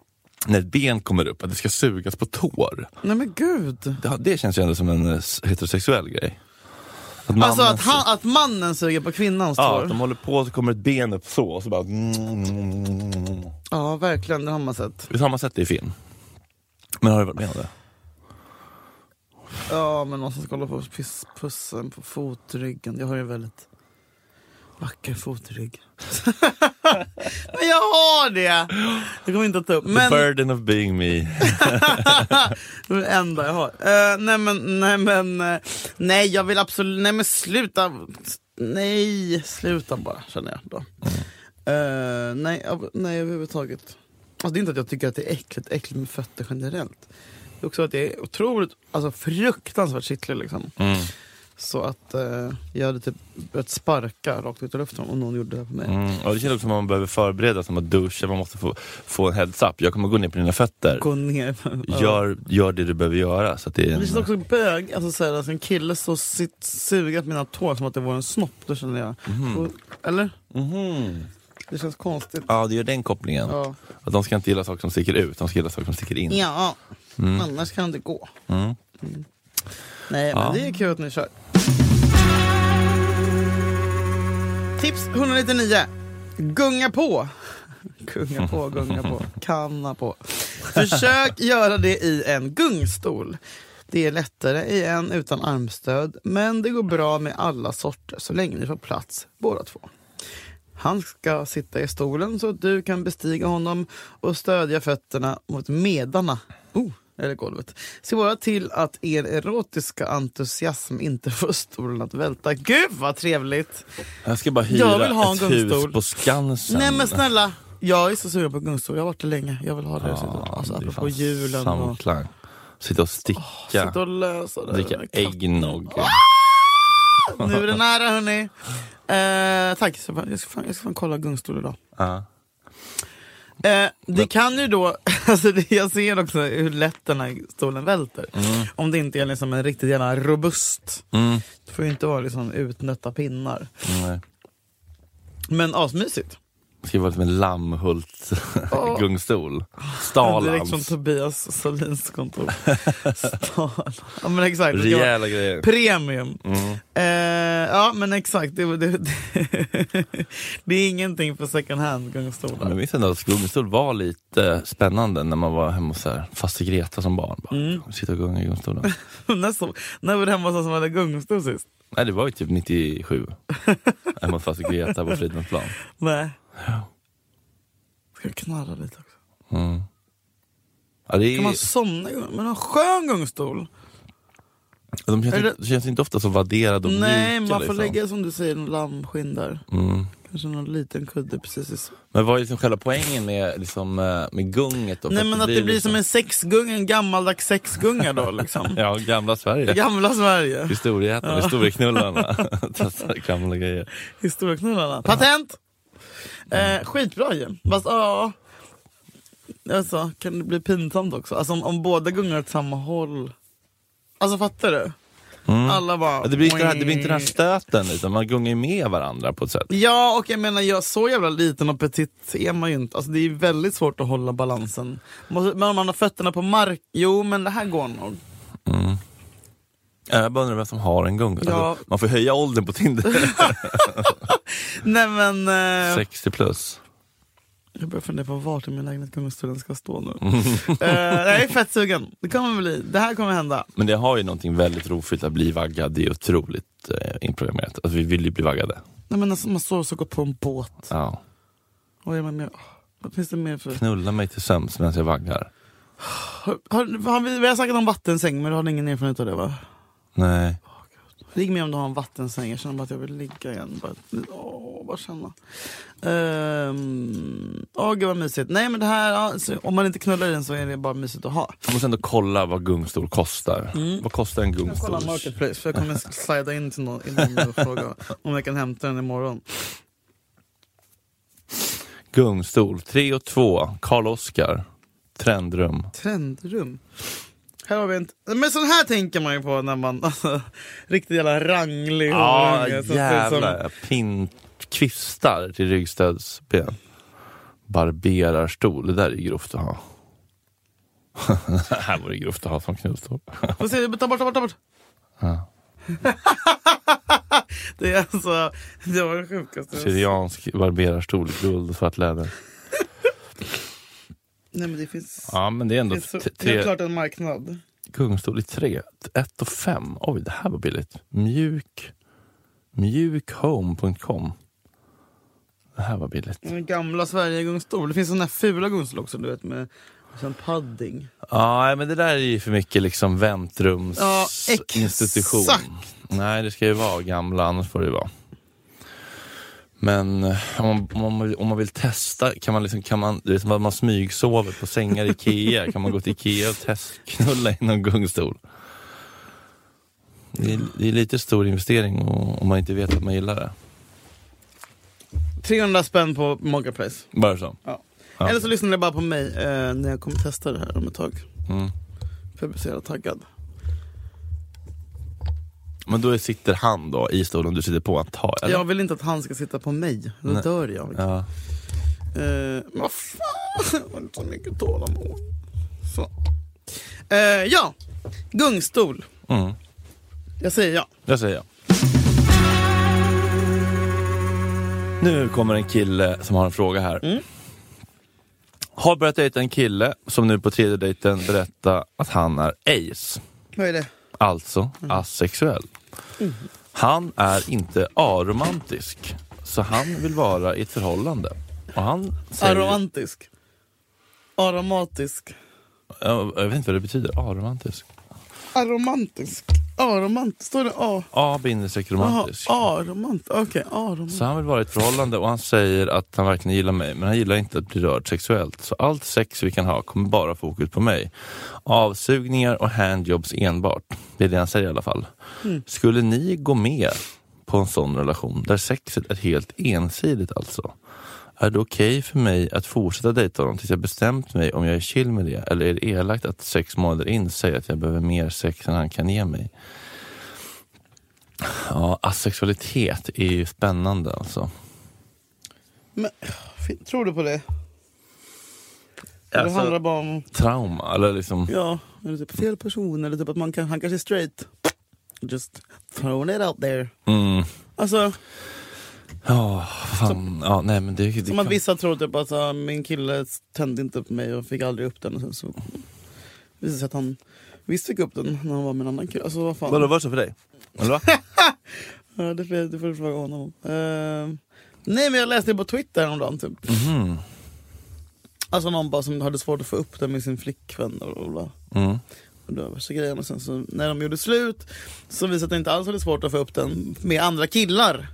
[SPEAKER 2] När ett ben kommer upp, att det ska sugas på tår.
[SPEAKER 3] Nej men gud.
[SPEAKER 2] Det, det känns ju ändå som en eh, s- heterosexuell grej. Att mannen
[SPEAKER 3] Alltså att,
[SPEAKER 2] suger-
[SPEAKER 3] han, att mannen suger på kvinnans
[SPEAKER 2] Ja,
[SPEAKER 3] tår.
[SPEAKER 2] att de håller på och så kommer ett ben upp så och så bara...
[SPEAKER 3] Ja verkligen, det har man sett.
[SPEAKER 2] Visst har man sett det i film? Men har du varit med om det?
[SPEAKER 3] Ja men någon som ska hålla på och piss, pussen på fotryggen. Jag har ju en väldigt vacker fotrygg. men jag har det! Det kommer inte att ta upp. Men,
[SPEAKER 2] The burden of being me. Mm.
[SPEAKER 3] Det är det enda jag har. Eh, nej men, nej men, eh, nej jag vill absolut, nej men sluta. Nej, sluta bara känner jag då. Eh, nej, av- nej överhuvudtaget. Alltså, det är inte att jag tycker att det är äckligt, äckligt med fötter generellt. Det är också att det är otroligt, alltså fruktansvärt kittlig liksom.
[SPEAKER 2] Mm.
[SPEAKER 3] Så att eh, jag hade typ börjat sparka rakt ut i luften om någon gjorde det på mig.
[SPEAKER 2] Mm. Och det känns också som att man behöver förbereda sig, man duscha, man måste få, få en heads up. Jag kommer gå ner på dina fötter.
[SPEAKER 3] Gå ner.
[SPEAKER 2] Gör, gör det du behöver göra. Så att det är
[SPEAKER 3] Men Det känns
[SPEAKER 2] en,
[SPEAKER 3] också bög, alltså, så här, alltså en kille så sitt, suga på mina tår som att det var en snopp, då känner jag. Och, eller?
[SPEAKER 2] Mhm.
[SPEAKER 3] Det känns konstigt.
[SPEAKER 2] Ja, du gör den kopplingen.
[SPEAKER 3] Ja.
[SPEAKER 2] Att de ska inte gilla saker som sticker ut, de ska gilla saker som sticker in.
[SPEAKER 3] Ja, annars kan det gå.
[SPEAKER 2] Mm.
[SPEAKER 3] Nej, men det är kul att ni kör. Tips 199. Gunga på. Gunga på, gunga på, kanna på. Försök göra det i en gungstol. Det är lättare i en utan armstöd, men det går bra med alla sorter så länge ni får plats båda två. Han ska sitta i stolen så att du kan bestiga honom och stödja fötterna mot medarna. Oh, eller golvet. Se bara till att er erotiska entusiasm inte får stolen att välta. Gud vad trevligt!
[SPEAKER 2] Jag ska bara hyra
[SPEAKER 3] Jag vill ha en
[SPEAKER 2] ett
[SPEAKER 3] gungstol.
[SPEAKER 2] hus på Skansen.
[SPEAKER 3] Nej men snälla! Jag är så sugen på gungstol, jag har varit där länge. Jag vill ha det. Ja, alltså
[SPEAKER 2] det är
[SPEAKER 3] apropå
[SPEAKER 2] fan
[SPEAKER 3] julen och...
[SPEAKER 2] Samklang. Sitta och sticka.
[SPEAKER 3] Sitta och lösa det.
[SPEAKER 2] Dricka äggnog.
[SPEAKER 3] Nu är det nära hörni. Eh, tack, jag ska, jag, ska fan, jag ska fan kolla gungstol idag.
[SPEAKER 2] Ja.
[SPEAKER 3] Eh, det kan ju då, alltså det, jag ser också hur lätt den här stolen välter. Om det inte är liksom en riktigt jävla robust.
[SPEAKER 2] Mm.
[SPEAKER 3] Det får ju inte vara liksom utnötta pinnar.
[SPEAKER 2] Nej.
[SPEAKER 3] Men asmysigt.
[SPEAKER 2] Det ska vara som en
[SPEAKER 3] Ja. liksom
[SPEAKER 2] Lammhult-gungstol.
[SPEAKER 3] Direkt från
[SPEAKER 2] Stalans.
[SPEAKER 3] Tobias Salins kontor. Stal. Ja men exakt. Det ska vara
[SPEAKER 2] Rejäla grejer.
[SPEAKER 3] Premium. Eh, ja men exakt. Det, det, det, det är ingenting för second hand
[SPEAKER 2] Men jag
[SPEAKER 3] gungstolar.
[SPEAKER 2] minns ändå att gungstol var lite spännande när man var hemma hos så här faster Greta som barn. Bara,
[SPEAKER 3] Mm.
[SPEAKER 2] Sitta och gunga i gungstolen.
[SPEAKER 3] när, så, när var det hemma hos oss som hade gungstol sist?
[SPEAKER 2] Nej, det var ju typ 97. hemma hos faster Greta på Fridhemsplan.
[SPEAKER 3] Nej. Ska jag knarra lite också?
[SPEAKER 2] Mm. Ja, det är,
[SPEAKER 3] Kan man somna i gungstol? Men en skön gungstol?
[SPEAKER 2] de känns,
[SPEAKER 3] är
[SPEAKER 2] inte,
[SPEAKER 3] det-
[SPEAKER 2] de känns inte ofta så värderade och
[SPEAKER 3] Nej,
[SPEAKER 2] mjuka.
[SPEAKER 3] man får
[SPEAKER 2] liksom.
[SPEAKER 3] lägga som du säger, en lammskinn där.
[SPEAKER 2] Mm.
[SPEAKER 3] Kanske någon liten kudde precis i så.
[SPEAKER 2] Men vad är liksom själva poängen med, liksom, eh, med gunget? Då? För
[SPEAKER 3] Nej men att det blir som
[SPEAKER 2] liksom-
[SPEAKER 3] en sexgunga, en gammaldags sexgunga då liksom.
[SPEAKER 2] Ja, gamla Sverige.
[SPEAKER 3] Gamla Sverige.
[SPEAKER 2] Historieätarna, historieknullarna. Testar gamla grejer.
[SPEAKER 3] Historieknullarna. Patent!
[SPEAKER 2] Mm.
[SPEAKER 3] Eh, skitbra ju. Fast ja... Alltså, kan det bli pinsamt också? Alltså om, om båda gungar åt samma håll. Alltså fattar du? Alla bara...
[SPEAKER 2] Mm. Ja, Det blir, inte det, här, det blir inte den här stöten, utan man gungar ju med varandra på ett sätt.
[SPEAKER 3] Ja, och jag menar jag så jävla liten och petit är man ju inte. Alltså, det är väldigt svårt att hålla balansen. Måste- Men om man har fötterna på mark, jo men det här går nog.
[SPEAKER 2] Ja, Jag bara undrar vem som har en gung.
[SPEAKER 3] Ja.
[SPEAKER 2] Alltså, man får höja åldern på Tinder.
[SPEAKER 3] Nej men... Eh,
[SPEAKER 2] 60 plus.
[SPEAKER 3] jag börjar fundera på vart i min lägenhet gungstolen ska stå nu. eh, jag är fett sugen. Det kommer bli, det här kommer hända.
[SPEAKER 2] Men det har ju någonting väldigt rofyllt att bli vaggad. Det är otroligt eh, inprogrammerat. Alltså, vi vill ju bli vaggade.
[SPEAKER 3] Nej men alltså man står och så går på en båt.
[SPEAKER 2] Ja.
[SPEAKER 3] Vad är man mer? Vad finns det mer för...
[SPEAKER 2] Knulla mig till sömns medan jag vaggar.
[SPEAKER 3] Har, har vi, vi har snackat om vattensäng men du har ingen erfarenhet av det va?
[SPEAKER 2] Nej.
[SPEAKER 3] Ligg med om du har en vattensäng, jag känner bara att jag vill ligga igen. Bara, åh, bara känna. Ehm, Åh gud vad mysigt. Nej men det här, alltså, om man inte knullar i den så är det bara mysigt att ha.
[SPEAKER 2] Jag måste ändå kolla vad gungstol kostar. Vad kostar en
[SPEAKER 3] Mm. Jag
[SPEAKER 2] gungstol?
[SPEAKER 3] kollar Marketplace för jag kommer slida in till någon, i någon och fråga om jag kan hämta den imorgon.
[SPEAKER 2] Gungstol, 3 och 2, Karl Oskar, Trendrum.
[SPEAKER 3] Trendrum. Här har vi en... Men sån här tänker man ju på när man... Alltså, riktigt jävla ranglig
[SPEAKER 2] Ja,
[SPEAKER 3] horunge som ser ut som-
[SPEAKER 2] jävlar. Pin, kvistar till ryggstödsben. Barberarstol, det där är ju grovt att ha. det här vore grovt att ha som knullstol.
[SPEAKER 3] Får se, ta bort, ta bort, ta bort. det är alltså, det var det sjukaste.
[SPEAKER 2] Syriansk barberarstol, guld och svart läder.
[SPEAKER 3] Nej men det finns,
[SPEAKER 2] Ja, men det är
[SPEAKER 3] det
[SPEAKER 2] ändå
[SPEAKER 3] är så,
[SPEAKER 2] t-
[SPEAKER 3] det är
[SPEAKER 2] tre,
[SPEAKER 3] klart en marknad.
[SPEAKER 2] gungstol i tre. Ett och fem. Oj, det här var billigt. Mjuk, mjukhome.com. Det här var billigt.
[SPEAKER 3] Den gamla Sverigegungstol, det finns såna här fula gungstol också du vet med sån padding.
[SPEAKER 2] Ja, men det där är ju för mycket liksom
[SPEAKER 3] Ja,
[SPEAKER 2] väntrumsinstitution.
[SPEAKER 3] exakt.
[SPEAKER 2] Alltså, institution. Nej, det ska ju vara gamla, annars får det ju vara. Men eh, om man, om man, om man vill testa, kan man, liksom, kan man, det är som att man smygsover på sängar i Ikea. kan man gå till Ikea och testknulla i någon gungstol? Det är, det är lite stor investering och, om man inte vet att man gillar det.
[SPEAKER 3] 300 spänn på Marketplace.
[SPEAKER 2] Bara så.
[SPEAKER 3] Ja.
[SPEAKER 2] Ja.
[SPEAKER 3] Eller så lyssnar ni bara på mig eh, när jag kommer testa det här om ett tag.
[SPEAKER 2] Mm.
[SPEAKER 3] För jag blir så jävla taggad.
[SPEAKER 2] Men då sitter han då i stolen du sitter på, antar jag? eller?
[SPEAKER 3] Jag vill inte att han ska sitta på mig, då
[SPEAKER 2] Nej.
[SPEAKER 3] dör jag.
[SPEAKER 2] Ja.
[SPEAKER 3] Eh, men vad fan, jag har inte så mycket tålamod. Så. Eh, ja, gungstol.
[SPEAKER 2] Mm.
[SPEAKER 3] Jag säger ja.
[SPEAKER 2] Det säger jag. Nu kommer en kille som har en fråga här. Har börjat dejta en kille som nu på tredje dejten berättar att han är ace,
[SPEAKER 3] Vad är det?
[SPEAKER 2] alltså asexuell. Han är inte aromantisk, så han vill vara i ett förhållande. Och han säger,
[SPEAKER 3] Aromantisk. Aromatisk.
[SPEAKER 2] jag jag vet inte vad det betyder, aromantisk.
[SPEAKER 3] Aromantisk. Aromantisk. Står det A?
[SPEAKER 2] A bindestreck
[SPEAKER 3] Jaha,
[SPEAKER 2] romantisk.
[SPEAKER 3] aromant. Okej, aromant.
[SPEAKER 2] Så han vill vara i ett förhållande och han säger att han verkligen gillar mig men han gillar inte att bli rörd sexuellt. Så allt sex vi kan ha kommer bara fokus på mig. Avsugningar och handjobs enbart. Det är det han säger i alla fall. Skulle ni gå med på en sån relation där sexet är helt ensidigt alltså? Är det okej för mig att fortsätta dejta honom tills jag bestämt mig om jag är chill med det? Eller är det elakt att sex månader in säga att jag behöver mer sex än han kan ge mig? Ja, asexualitet är ju spännande alltså.
[SPEAKER 3] Men, fin- tror du på det? Eller
[SPEAKER 2] Alltså-
[SPEAKER 3] handlar det bara om
[SPEAKER 2] trauma eller liksom...
[SPEAKER 3] ja, eller typ fel person eller typ att man kan, han kanske är straight? Just throwing it out there.
[SPEAKER 2] Mm.
[SPEAKER 3] Alltså,
[SPEAKER 2] Ja, fan. Ja, nej men det, det
[SPEAKER 3] Som att
[SPEAKER 2] kan-
[SPEAKER 3] vissa tror typ att ah, min kille tände inte på mig och fick aldrig upp den. Och sen så visade det sig att han visst fick upp den när han var med en annan kille. Alltså vad fan.
[SPEAKER 2] Vadå, var det så för dig? Eller va?
[SPEAKER 3] Ja, det, får, det får du fråga honom om. Eh, nej men jag läste det på Twitter häromdagen typ.
[SPEAKER 2] Mhm.
[SPEAKER 3] Alltså någon bara som hade svårt att få upp den med sin flickvän. Och bla, bla.
[SPEAKER 2] Mm.
[SPEAKER 3] Och det var värsta grejen. Och sen så när de gjorde slut så visade det sig att det inte alls hade svårt att få upp den med andra killar.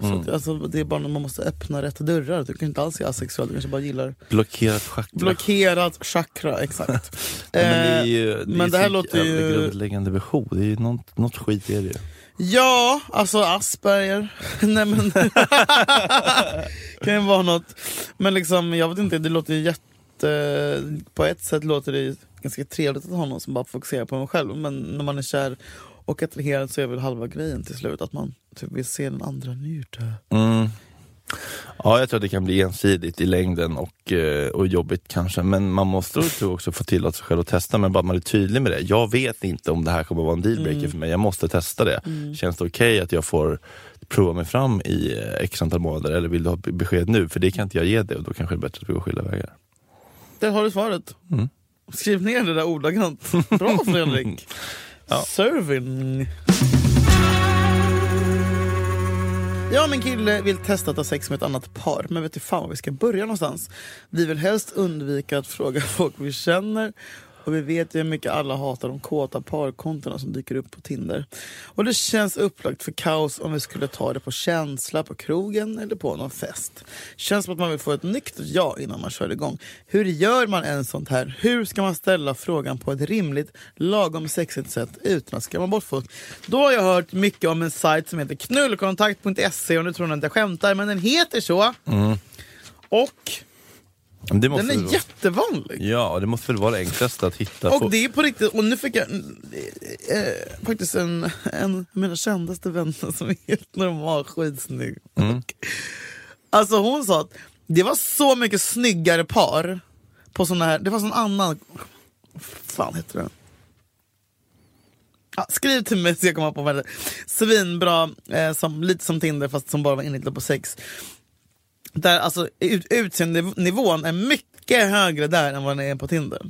[SPEAKER 2] Mm.
[SPEAKER 3] Så att, alltså, det är bara när man måste öppna rätt dörrar. Du kan inte alls vara asexuell, du kanske bara gillar
[SPEAKER 2] Blockerat chakra.
[SPEAKER 3] Blockerat chakra, exakt.
[SPEAKER 2] Nej, men det är
[SPEAKER 3] Eh,
[SPEAKER 2] ju, det är
[SPEAKER 3] men det här
[SPEAKER 2] så
[SPEAKER 3] låter
[SPEAKER 2] jävla
[SPEAKER 3] ju-
[SPEAKER 2] grundläggande behov. Det är ju något, något skit är det ju.
[SPEAKER 3] ja, alltså Asperger. Nej men... kan ju vara något. Men liksom, jag vet inte, det låter ju jätte... På ett sätt låter det ju ganska trevligt att ha någon som bara fokuserar på en själv. Men när man är kär och attraherad så är väl halva grejen till slut att man typ vill se den andra njuta.
[SPEAKER 2] Mm. Ja, jag tror att det kan bli ensidigt i längden och, eh, och jobbigt kanske. Men man måste nog tror jag också få till att sig själv att testa, men bara man är tydlig med det. Jag vet inte om det här kommer vara en dealbreaker för mig, jag måste testa det. Känns det okej att jag får prova mig fram i eh, x antal månader eller vill du ha b- besked nu? För det kan inte jag ge dig och då kanske det är bättre att vi går skilda vägar.
[SPEAKER 3] Där har du svaret.
[SPEAKER 2] Mm.
[SPEAKER 3] Skriv ner det där ordagrant. Bra Fredrik!
[SPEAKER 2] Ja.
[SPEAKER 3] Serving. Jag och min kille vill testa att ha sex med ett annat par, men vet du fan var vi ska börja någonstans. Vi vill helst undvika att fråga folk vi känner och vi vet ju hur mycket alla hatar de kåta parkontona som dyker upp på Tinder. Och det känns upplagt för kaos om vi skulle ta det på känsla på krogen eller på någon fest. Känns som att man vill få ett nyktert ja innan man kör igång. Hur gör man en sånt här? Hur ska man ställa frågan på ett rimligt, lagom sexigt sätt utan att skrämma bort folk? Då har jag hört mycket om en sajt som heter knullkontakt.se och nu tror ni att jag skämtar, men den heter så. Och
[SPEAKER 2] Det måste
[SPEAKER 3] den
[SPEAKER 2] väl
[SPEAKER 3] är
[SPEAKER 2] vara-
[SPEAKER 3] jättevanlig.
[SPEAKER 2] Ja, det måste väl vara det enklaste att hitta. på-
[SPEAKER 3] Och det är på riktigt, och nu fick jag eh, eh, faktiskt en, en av mina kändaste vänner som är helt normal skitsnygg. Och, alltså hon sa att det var så mycket snyggare par på såna här, det var sån annan, fan heter den? Ja, skriv till mig så jag kommer på vad det är. Svinbra, eh, som, lite som Tinder fast som bara var inriktad på sex. Där alltså ut, utseendenivån är mycket högre där än vad den är på Tinder.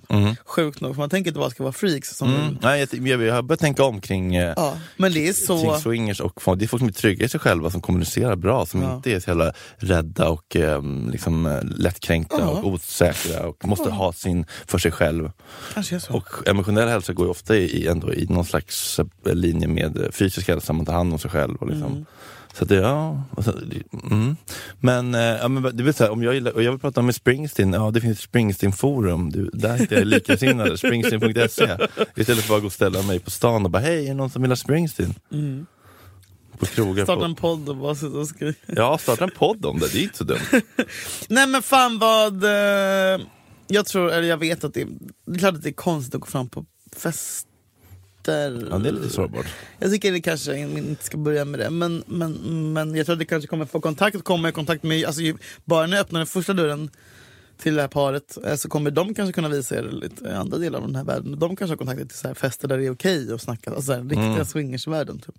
[SPEAKER 3] Sjukt nog, för man tänker att det bara ska vara freaks som
[SPEAKER 2] Mm. Nej, jag, jag, jag har börjat tänka om kring, eh,
[SPEAKER 3] Ja, men det är
[SPEAKER 2] kring
[SPEAKER 3] så...
[SPEAKER 2] swingers och fan, det är folk som är trygga i sig själva, som kommunicerar bra, som
[SPEAKER 3] Ja.
[SPEAKER 2] inte är så jävla rädda och eh, liksom, eh, lättkränkta och osäkra och måste ha sin för sig själv.
[SPEAKER 3] Kanske är så.
[SPEAKER 2] Och emotionell hälsa går ju ofta i, i, ändå, i någon slags eh, linje med eh, fysisk hälsa, man tar hand om sig själv. Och liksom.
[SPEAKER 3] Mm.
[SPEAKER 2] Så att det, ja, och så, det- mm. Men, eh, ja, men det vill säga, om jag, gillar, och jag vill prata med Springsteen, ja det finns Springsteen-forum, du, där hittar jag likasinnade, springsteen.se. Istället för att bara gå och ställa mig på stan och bara, hej är det någon som gillar Springsteen? På krogar.
[SPEAKER 3] Mm. Starta
[SPEAKER 2] På,
[SPEAKER 3] en podd och bara sitta och skriva.
[SPEAKER 2] ja, starta en podd om det, det är inte så dumt.
[SPEAKER 3] Nej men fan vad... Eh, jag tror, eller jag vet att det, det är klart att det är konstigt att gå fram på fester.
[SPEAKER 2] Ja, det är lite sårbart.
[SPEAKER 3] Jag tycker det kanske inte ska börja med det, men, men, men jag tror att det kanske kommer få kontakt, kommer i kontakt med, alltså ju- bara när jag öppnar den första dörren till det här paret eh, så kommer de kanske kunna visa er lite eh, andra delar av den här världen. De kanske har kontakter till så här fester där det är okej att snacka, alltså så här, riktiga
[SPEAKER 2] Mm.
[SPEAKER 3] swingersvärlden. Typ.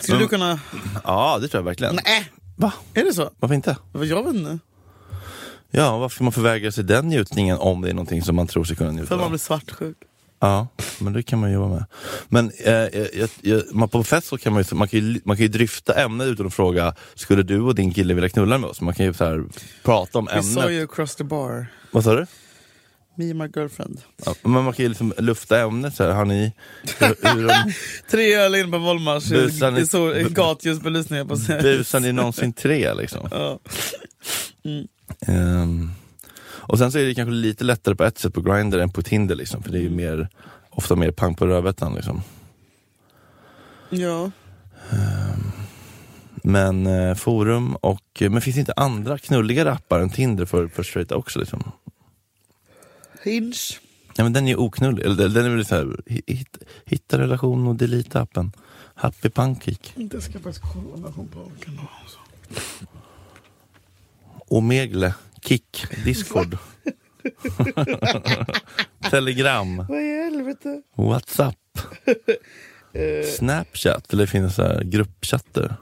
[SPEAKER 3] Skulle du kunna...
[SPEAKER 2] Ja, det tror jag verkligen.
[SPEAKER 3] Nej,
[SPEAKER 2] Va?
[SPEAKER 3] är det så?
[SPEAKER 2] Varför inte?
[SPEAKER 3] Jag vet inte.
[SPEAKER 2] Ja, varför man förvägrar sig den njutningen om det är någonting som man tror sig kunna njuta
[SPEAKER 3] För man
[SPEAKER 2] av?
[SPEAKER 3] blir svartsjuk.
[SPEAKER 2] Ja, men det kan man jobba med. Men eh, jag, jag, man på fest så kan man ju, man kan ju, man kan ju dryfta ämnet utan att fråga, skulle du och din kille vilja knulla med oss? Man kan ju så här, prata om
[SPEAKER 3] Vi sa
[SPEAKER 2] ämnet.
[SPEAKER 3] ju across the bar,
[SPEAKER 2] Vad sa du?
[SPEAKER 3] me and my girlfriend.
[SPEAKER 2] Ja, men man kan ju liksom lufta ämnet, så här, har ni... Hur, hur de,
[SPEAKER 3] Tre öl in på Wollmars i,
[SPEAKER 2] Busan i-
[SPEAKER 3] i, sol- i gatljusbelysning jag på att säga.
[SPEAKER 2] busar ni någonsin tre liksom? Mm.
[SPEAKER 3] Ja.
[SPEAKER 2] Ehm, och sen så är det kanske lite lättare på ett sätt på Grindr än på Tinder liksom, för det är ju mer, ofta mer pang på rödbetan liksom.
[SPEAKER 3] ja.
[SPEAKER 2] Men eh, forum och, men finns det inte andra knulligare appar än Tinder för, för straighta också? Liksom?
[SPEAKER 3] Hinge.
[SPEAKER 2] Ja, men den är ju oknullig, eller den är väl så här, hi- hit, hitta relation och delete appen. Happy Pancake.
[SPEAKER 3] Det ska jag faktiskt kolla när hon bara kan ha. så.
[SPEAKER 2] Omegle, Kick, Discord. Telegram,
[SPEAKER 3] Vad i helvete?
[SPEAKER 2] Whatsapp.
[SPEAKER 3] Eh.
[SPEAKER 2] Snapchat, eller finns det så här gruppchatter?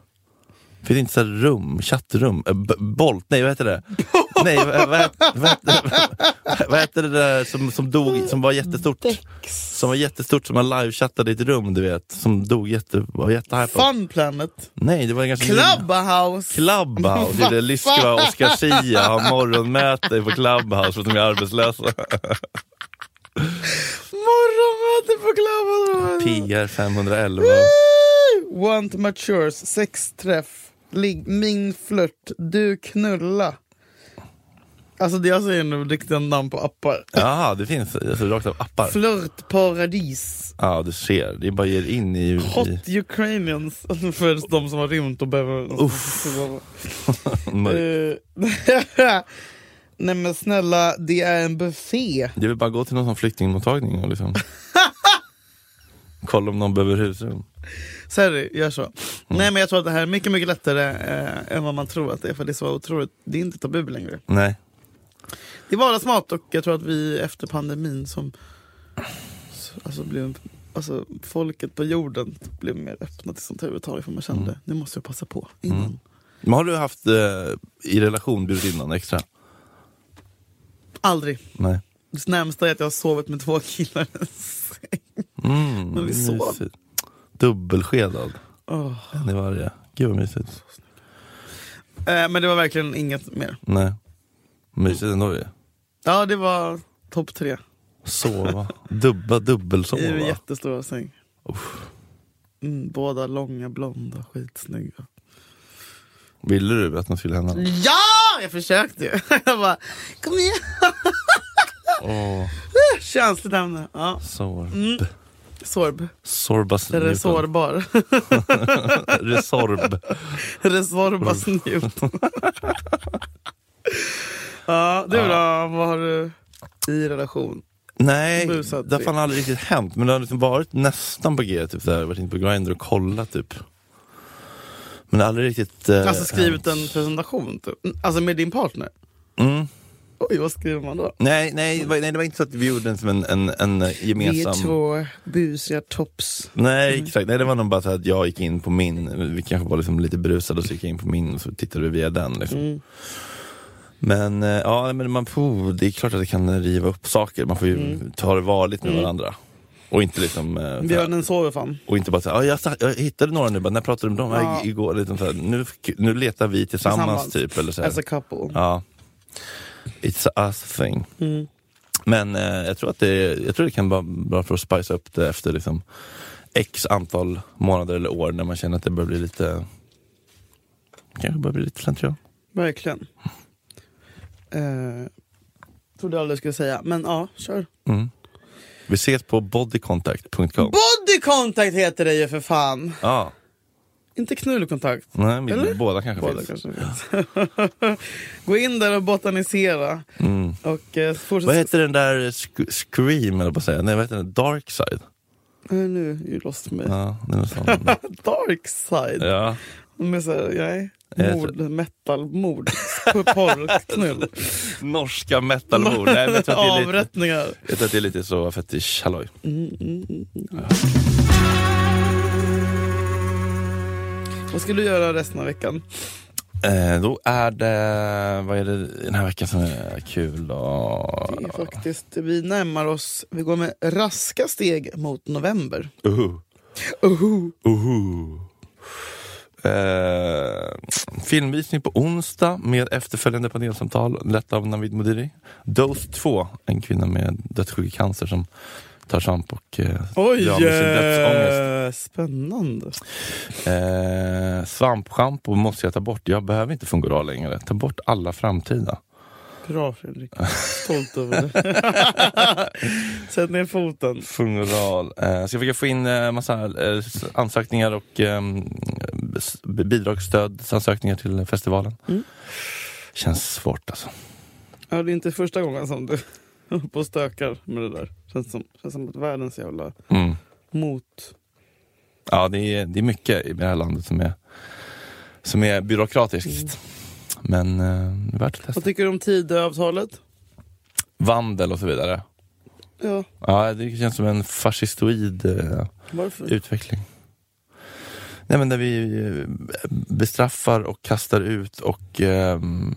[SPEAKER 2] Finns det inte så här rum, chattrum? Eh, B- Bolt, nej vad heter det? nej, vad, vad, vad, vad, vad heter det där som, som dog, som var jättestort? Som var jättestort, som man livechattade i ett rum, du vet. Som dog jätte, var jättehypat.
[SPEAKER 3] Fun Planet.
[SPEAKER 2] Nej, det var ganska
[SPEAKER 3] Clubhouse.
[SPEAKER 2] Clubhouse, det är det
[SPEAKER 3] Vad
[SPEAKER 2] Lyskova
[SPEAKER 3] fan?
[SPEAKER 2] och Oscar Zia har morgonmöte på Clubhouse för att de är arbetslösa.
[SPEAKER 3] Morgonmöte på Clubhouse.
[SPEAKER 2] PR 511.
[SPEAKER 3] Woo! Want matures. Sexträff. Ligg. Min flört. Du knulla. Alltså det jag säger nu riktiga namn på appar.
[SPEAKER 2] Jaha, det finns alltså, rakt av appar.
[SPEAKER 3] Flörtparadis.
[SPEAKER 2] Ja, du ser. Det bara ger in i... i
[SPEAKER 3] Hot Ukrainians. För de som har rymt och behöver...
[SPEAKER 2] mörk.
[SPEAKER 3] Eh, Nej men snälla, det är en buffé.
[SPEAKER 2] Det vill bara gå till någon sån flyktingmottagning och liksom... Kolla om någon behöver husrum.
[SPEAKER 3] Sorry, gör så. Nej men jag tror att det här är mycket, mycket lättare eh, än vad man tror att det är. För det är så otroligt, det är inte tabu längre.
[SPEAKER 2] Nej.
[SPEAKER 3] Det är vardagsmat och jag tror att vi efter pandemin som alltså, blev, alltså, folket på jorden blev mer öppna till sånt här överhuvudtaget. För man kände, nu måste jag passa på innan.
[SPEAKER 2] Men har du haft eh, i relation bjudit in någon extra?
[SPEAKER 3] Aldrig.
[SPEAKER 2] Nej.
[SPEAKER 3] Det närmsta är att jag har sovit med två killar.
[SPEAKER 2] Mm,
[SPEAKER 3] Men vi sov.
[SPEAKER 2] mysigt. Dubbelskedad.
[SPEAKER 3] Åh.
[SPEAKER 2] En i varje. Gud vad mysigt.
[SPEAKER 3] Eh, men det var verkligen inget mer.
[SPEAKER 2] Nej. Mysigt ändå ju.
[SPEAKER 3] Ja, det var topp tre.
[SPEAKER 2] Sova. Dubba,
[SPEAKER 3] I en
[SPEAKER 2] dubbelsova.
[SPEAKER 3] jättestora säng. Mm, båda långa, blonda, skitsnygga.
[SPEAKER 2] Ville du att något skulle hända?
[SPEAKER 3] Mm. Ja! Jag försökte ju. Jag bara, kom igen.
[SPEAKER 2] Åh,
[SPEAKER 3] Känsligt ämne. Ja.
[SPEAKER 2] sorb.
[SPEAKER 3] Sorb.
[SPEAKER 2] Sorbas
[SPEAKER 3] Eller
[SPEAKER 2] Newton.
[SPEAKER 3] sårbar.
[SPEAKER 2] Resorb.
[SPEAKER 3] Resorbas
[SPEAKER 2] Mm.
[SPEAKER 3] Newton. ja, du då? Vad har du i relation?
[SPEAKER 2] Nej,
[SPEAKER 3] Busat
[SPEAKER 2] det har
[SPEAKER 3] det.
[SPEAKER 2] fan aldrig riktigt hänt. Men det har liksom varit nästan på G. Typ, så här, varit inne på Grindr och kollat typ. Men det har aldrig riktigt... Eh,
[SPEAKER 3] Alltså skrivit en
[SPEAKER 2] hänt.
[SPEAKER 3] presentation, typ. alltså med din partner?
[SPEAKER 2] Mm.
[SPEAKER 3] Oj, vad skriver man då?
[SPEAKER 2] Nej, nej, det var- nej, det var inte så att vi gjorde en, som en, en, en eh,
[SPEAKER 3] Vi Mm.
[SPEAKER 2] gemensam...
[SPEAKER 3] är två busiga tops.
[SPEAKER 2] Nej, exakt. Nej, det var nog bara så att jag gick in på min, vi kanske var liksom lite brusade och så gick jag in på min och så tittade vi via den. Liksom.
[SPEAKER 3] Mm.
[SPEAKER 2] Men eh, ja, men man, puh, det är klart att det kan riva upp saker. Man får ju
[SPEAKER 3] Mm.
[SPEAKER 2] ta det varligt med varandra. Och inte liksom... eh, så här-
[SPEAKER 3] Björnen sover fan.
[SPEAKER 2] och inte bara såhär, ah, jag, sa- jag hittade några nu, bara, när pratade du med dem?
[SPEAKER 3] Ja.
[SPEAKER 2] Ja. Igår, liksom såhär, nu, nu letar vi tillsammans, typ. Eller såhär.
[SPEAKER 3] As a couple.
[SPEAKER 2] Ja. It's a us thing.
[SPEAKER 3] Mm.
[SPEAKER 2] Men eh, jag, tror att det, jag tror det kan vara bra för att spicea upp det efter liksom, x antal månader eller år när man känner att det börjar bli lite kanske börjar bli lite slentrian.
[SPEAKER 3] Verkligen. Eh, trodde aldrig jag skulle säga, men ja, kör.
[SPEAKER 2] Vi ses på bodycontact.com.
[SPEAKER 3] Body contact heter det ju för fan!
[SPEAKER 2] ja.
[SPEAKER 3] Inte knullkontakt.
[SPEAKER 2] Nej, men
[SPEAKER 3] Eller?
[SPEAKER 2] båda kanske
[SPEAKER 3] Båda
[SPEAKER 2] finns.
[SPEAKER 3] kanske finns. Gå in där och botanisera. Och eh, fortsätt...
[SPEAKER 2] Mm. Vad heter den där sk- Scream, eller på att säga? Nej, vad heter den? Dark side?
[SPEAKER 3] Eh, nu you lost me.
[SPEAKER 2] Ja, det är något sånt.
[SPEAKER 3] Dark side.
[SPEAKER 2] ja.
[SPEAKER 3] Med så här, nej,
[SPEAKER 2] Eh,
[SPEAKER 3] mord, metal, mord, porr, knull.
[SPEAKER 2] Norska metalhor. Nej, men jag tror att det är lite-
[SPEAKER 3] Avrättningar.
[SPEAKER 2] Jag tror att det är lite så fetisch halloj.
[SPEAKER 3] Vad ska du göra resten av veckan?
[SPEAKER 2] Eh, då är det, vad är det den här veckan som är kul då?
[SPEAKER 3] Det är faktiskt, vi närmar oss, vi går med raska steg mot november.
[SPEAKER 2] Uhu.
[SPEAKER 3] Oho.
[SPEAKER 2] Uhu. Eh, filmvisning på onsdag med efterföljande panelsamtal lett av Navid Modiri. Dose 2, en kvinna med dödssjuk i cancer som tar svamp och eh,
[SPEAKER 3] Oj,
[SPEAKER 2] drar med sin dödsångest.
[SPEAKER 3] eh, spännande.
[SPEAKER 2] Eh, svampschampo måste jag ta bort. Jag behöver inte Fungoral längre. Ta bort alla framtida.
[SPEAKER 3] Bra Fredrik, stolt över det. Sätt ner foten.
[SPEAKER 2] Fungoral. Eh, ska försöka få in eh, massa eh, s- ansökningar och eh, s- bidragsstödsansökningar till festivalen. Känns svårt alltså.
[SPEAKER 3] Ja, det är inte första gången som du håller på och stökar med det där. Känns som, känns som att världens jävla
[SPEAKER 2] Mm.
[SPEAKER 3] mot...
[SPEAKER 2] Ja, det är, det är mycket i det här landet som är, som är byråkratiskt. Men eh, det är värt att testa.
[SPEAKER 3] Vad tycker du om Tidöavtalet?
[SPEAKER 2] Vandel och så vidare.
[SPEAKER 3] Ja,
[SPEAKER 2] Ja, det känns som en fascistoid eh,
[SPEAKER 3] varför?
[SPEAKER 2] utveckling. Nej, men där vi eh, bestraffar och kastar ut och ehm,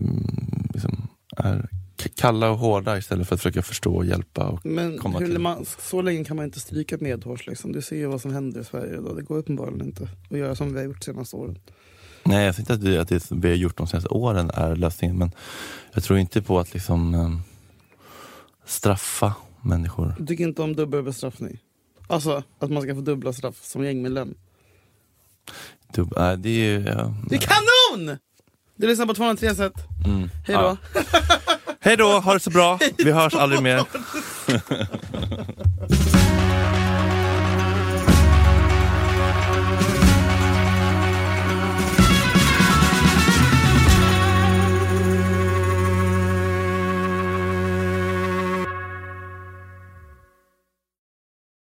[SPEAKER 2] mm, liksom är k- kalla och hårda istället för att försöka förstå och hjälpa. Och,
[SPEAKER 3] Men
[SPEAKER 2] komma
[SPEAKER 3] hur
[SPEAKER 2] till.
[SPEAKER 3] man, så länge kan man inte stryka medhårs. Liksom. Du ser ju vad som händer i Sverige idag. Det går uppenbarligen inte att göra som vi har gjort senaste åren.
[SPEAKER 2] nej, jag tror inte att, vi, att det som vi har gjort de senaste åren är lösningen, men jag tror inte på att liksom ehm, straffa människor.
[SPEAKER 3] Du tycker inte om dubbel bestraffning? Alltså att man ska få dubbla straff som gängmedlem.
[SPEAKER 2] Du, Typ, nej, det är ju... ja,
[SPEAKER 3] Det är kanon! Du lyssnar på 203 sätt.
[SPEAKER 2] mm,
[SPEAKER 3] Hej då.
[SPEAKER 2] ja. Hej då, ha det så bra. Vi hörs aldrig mer.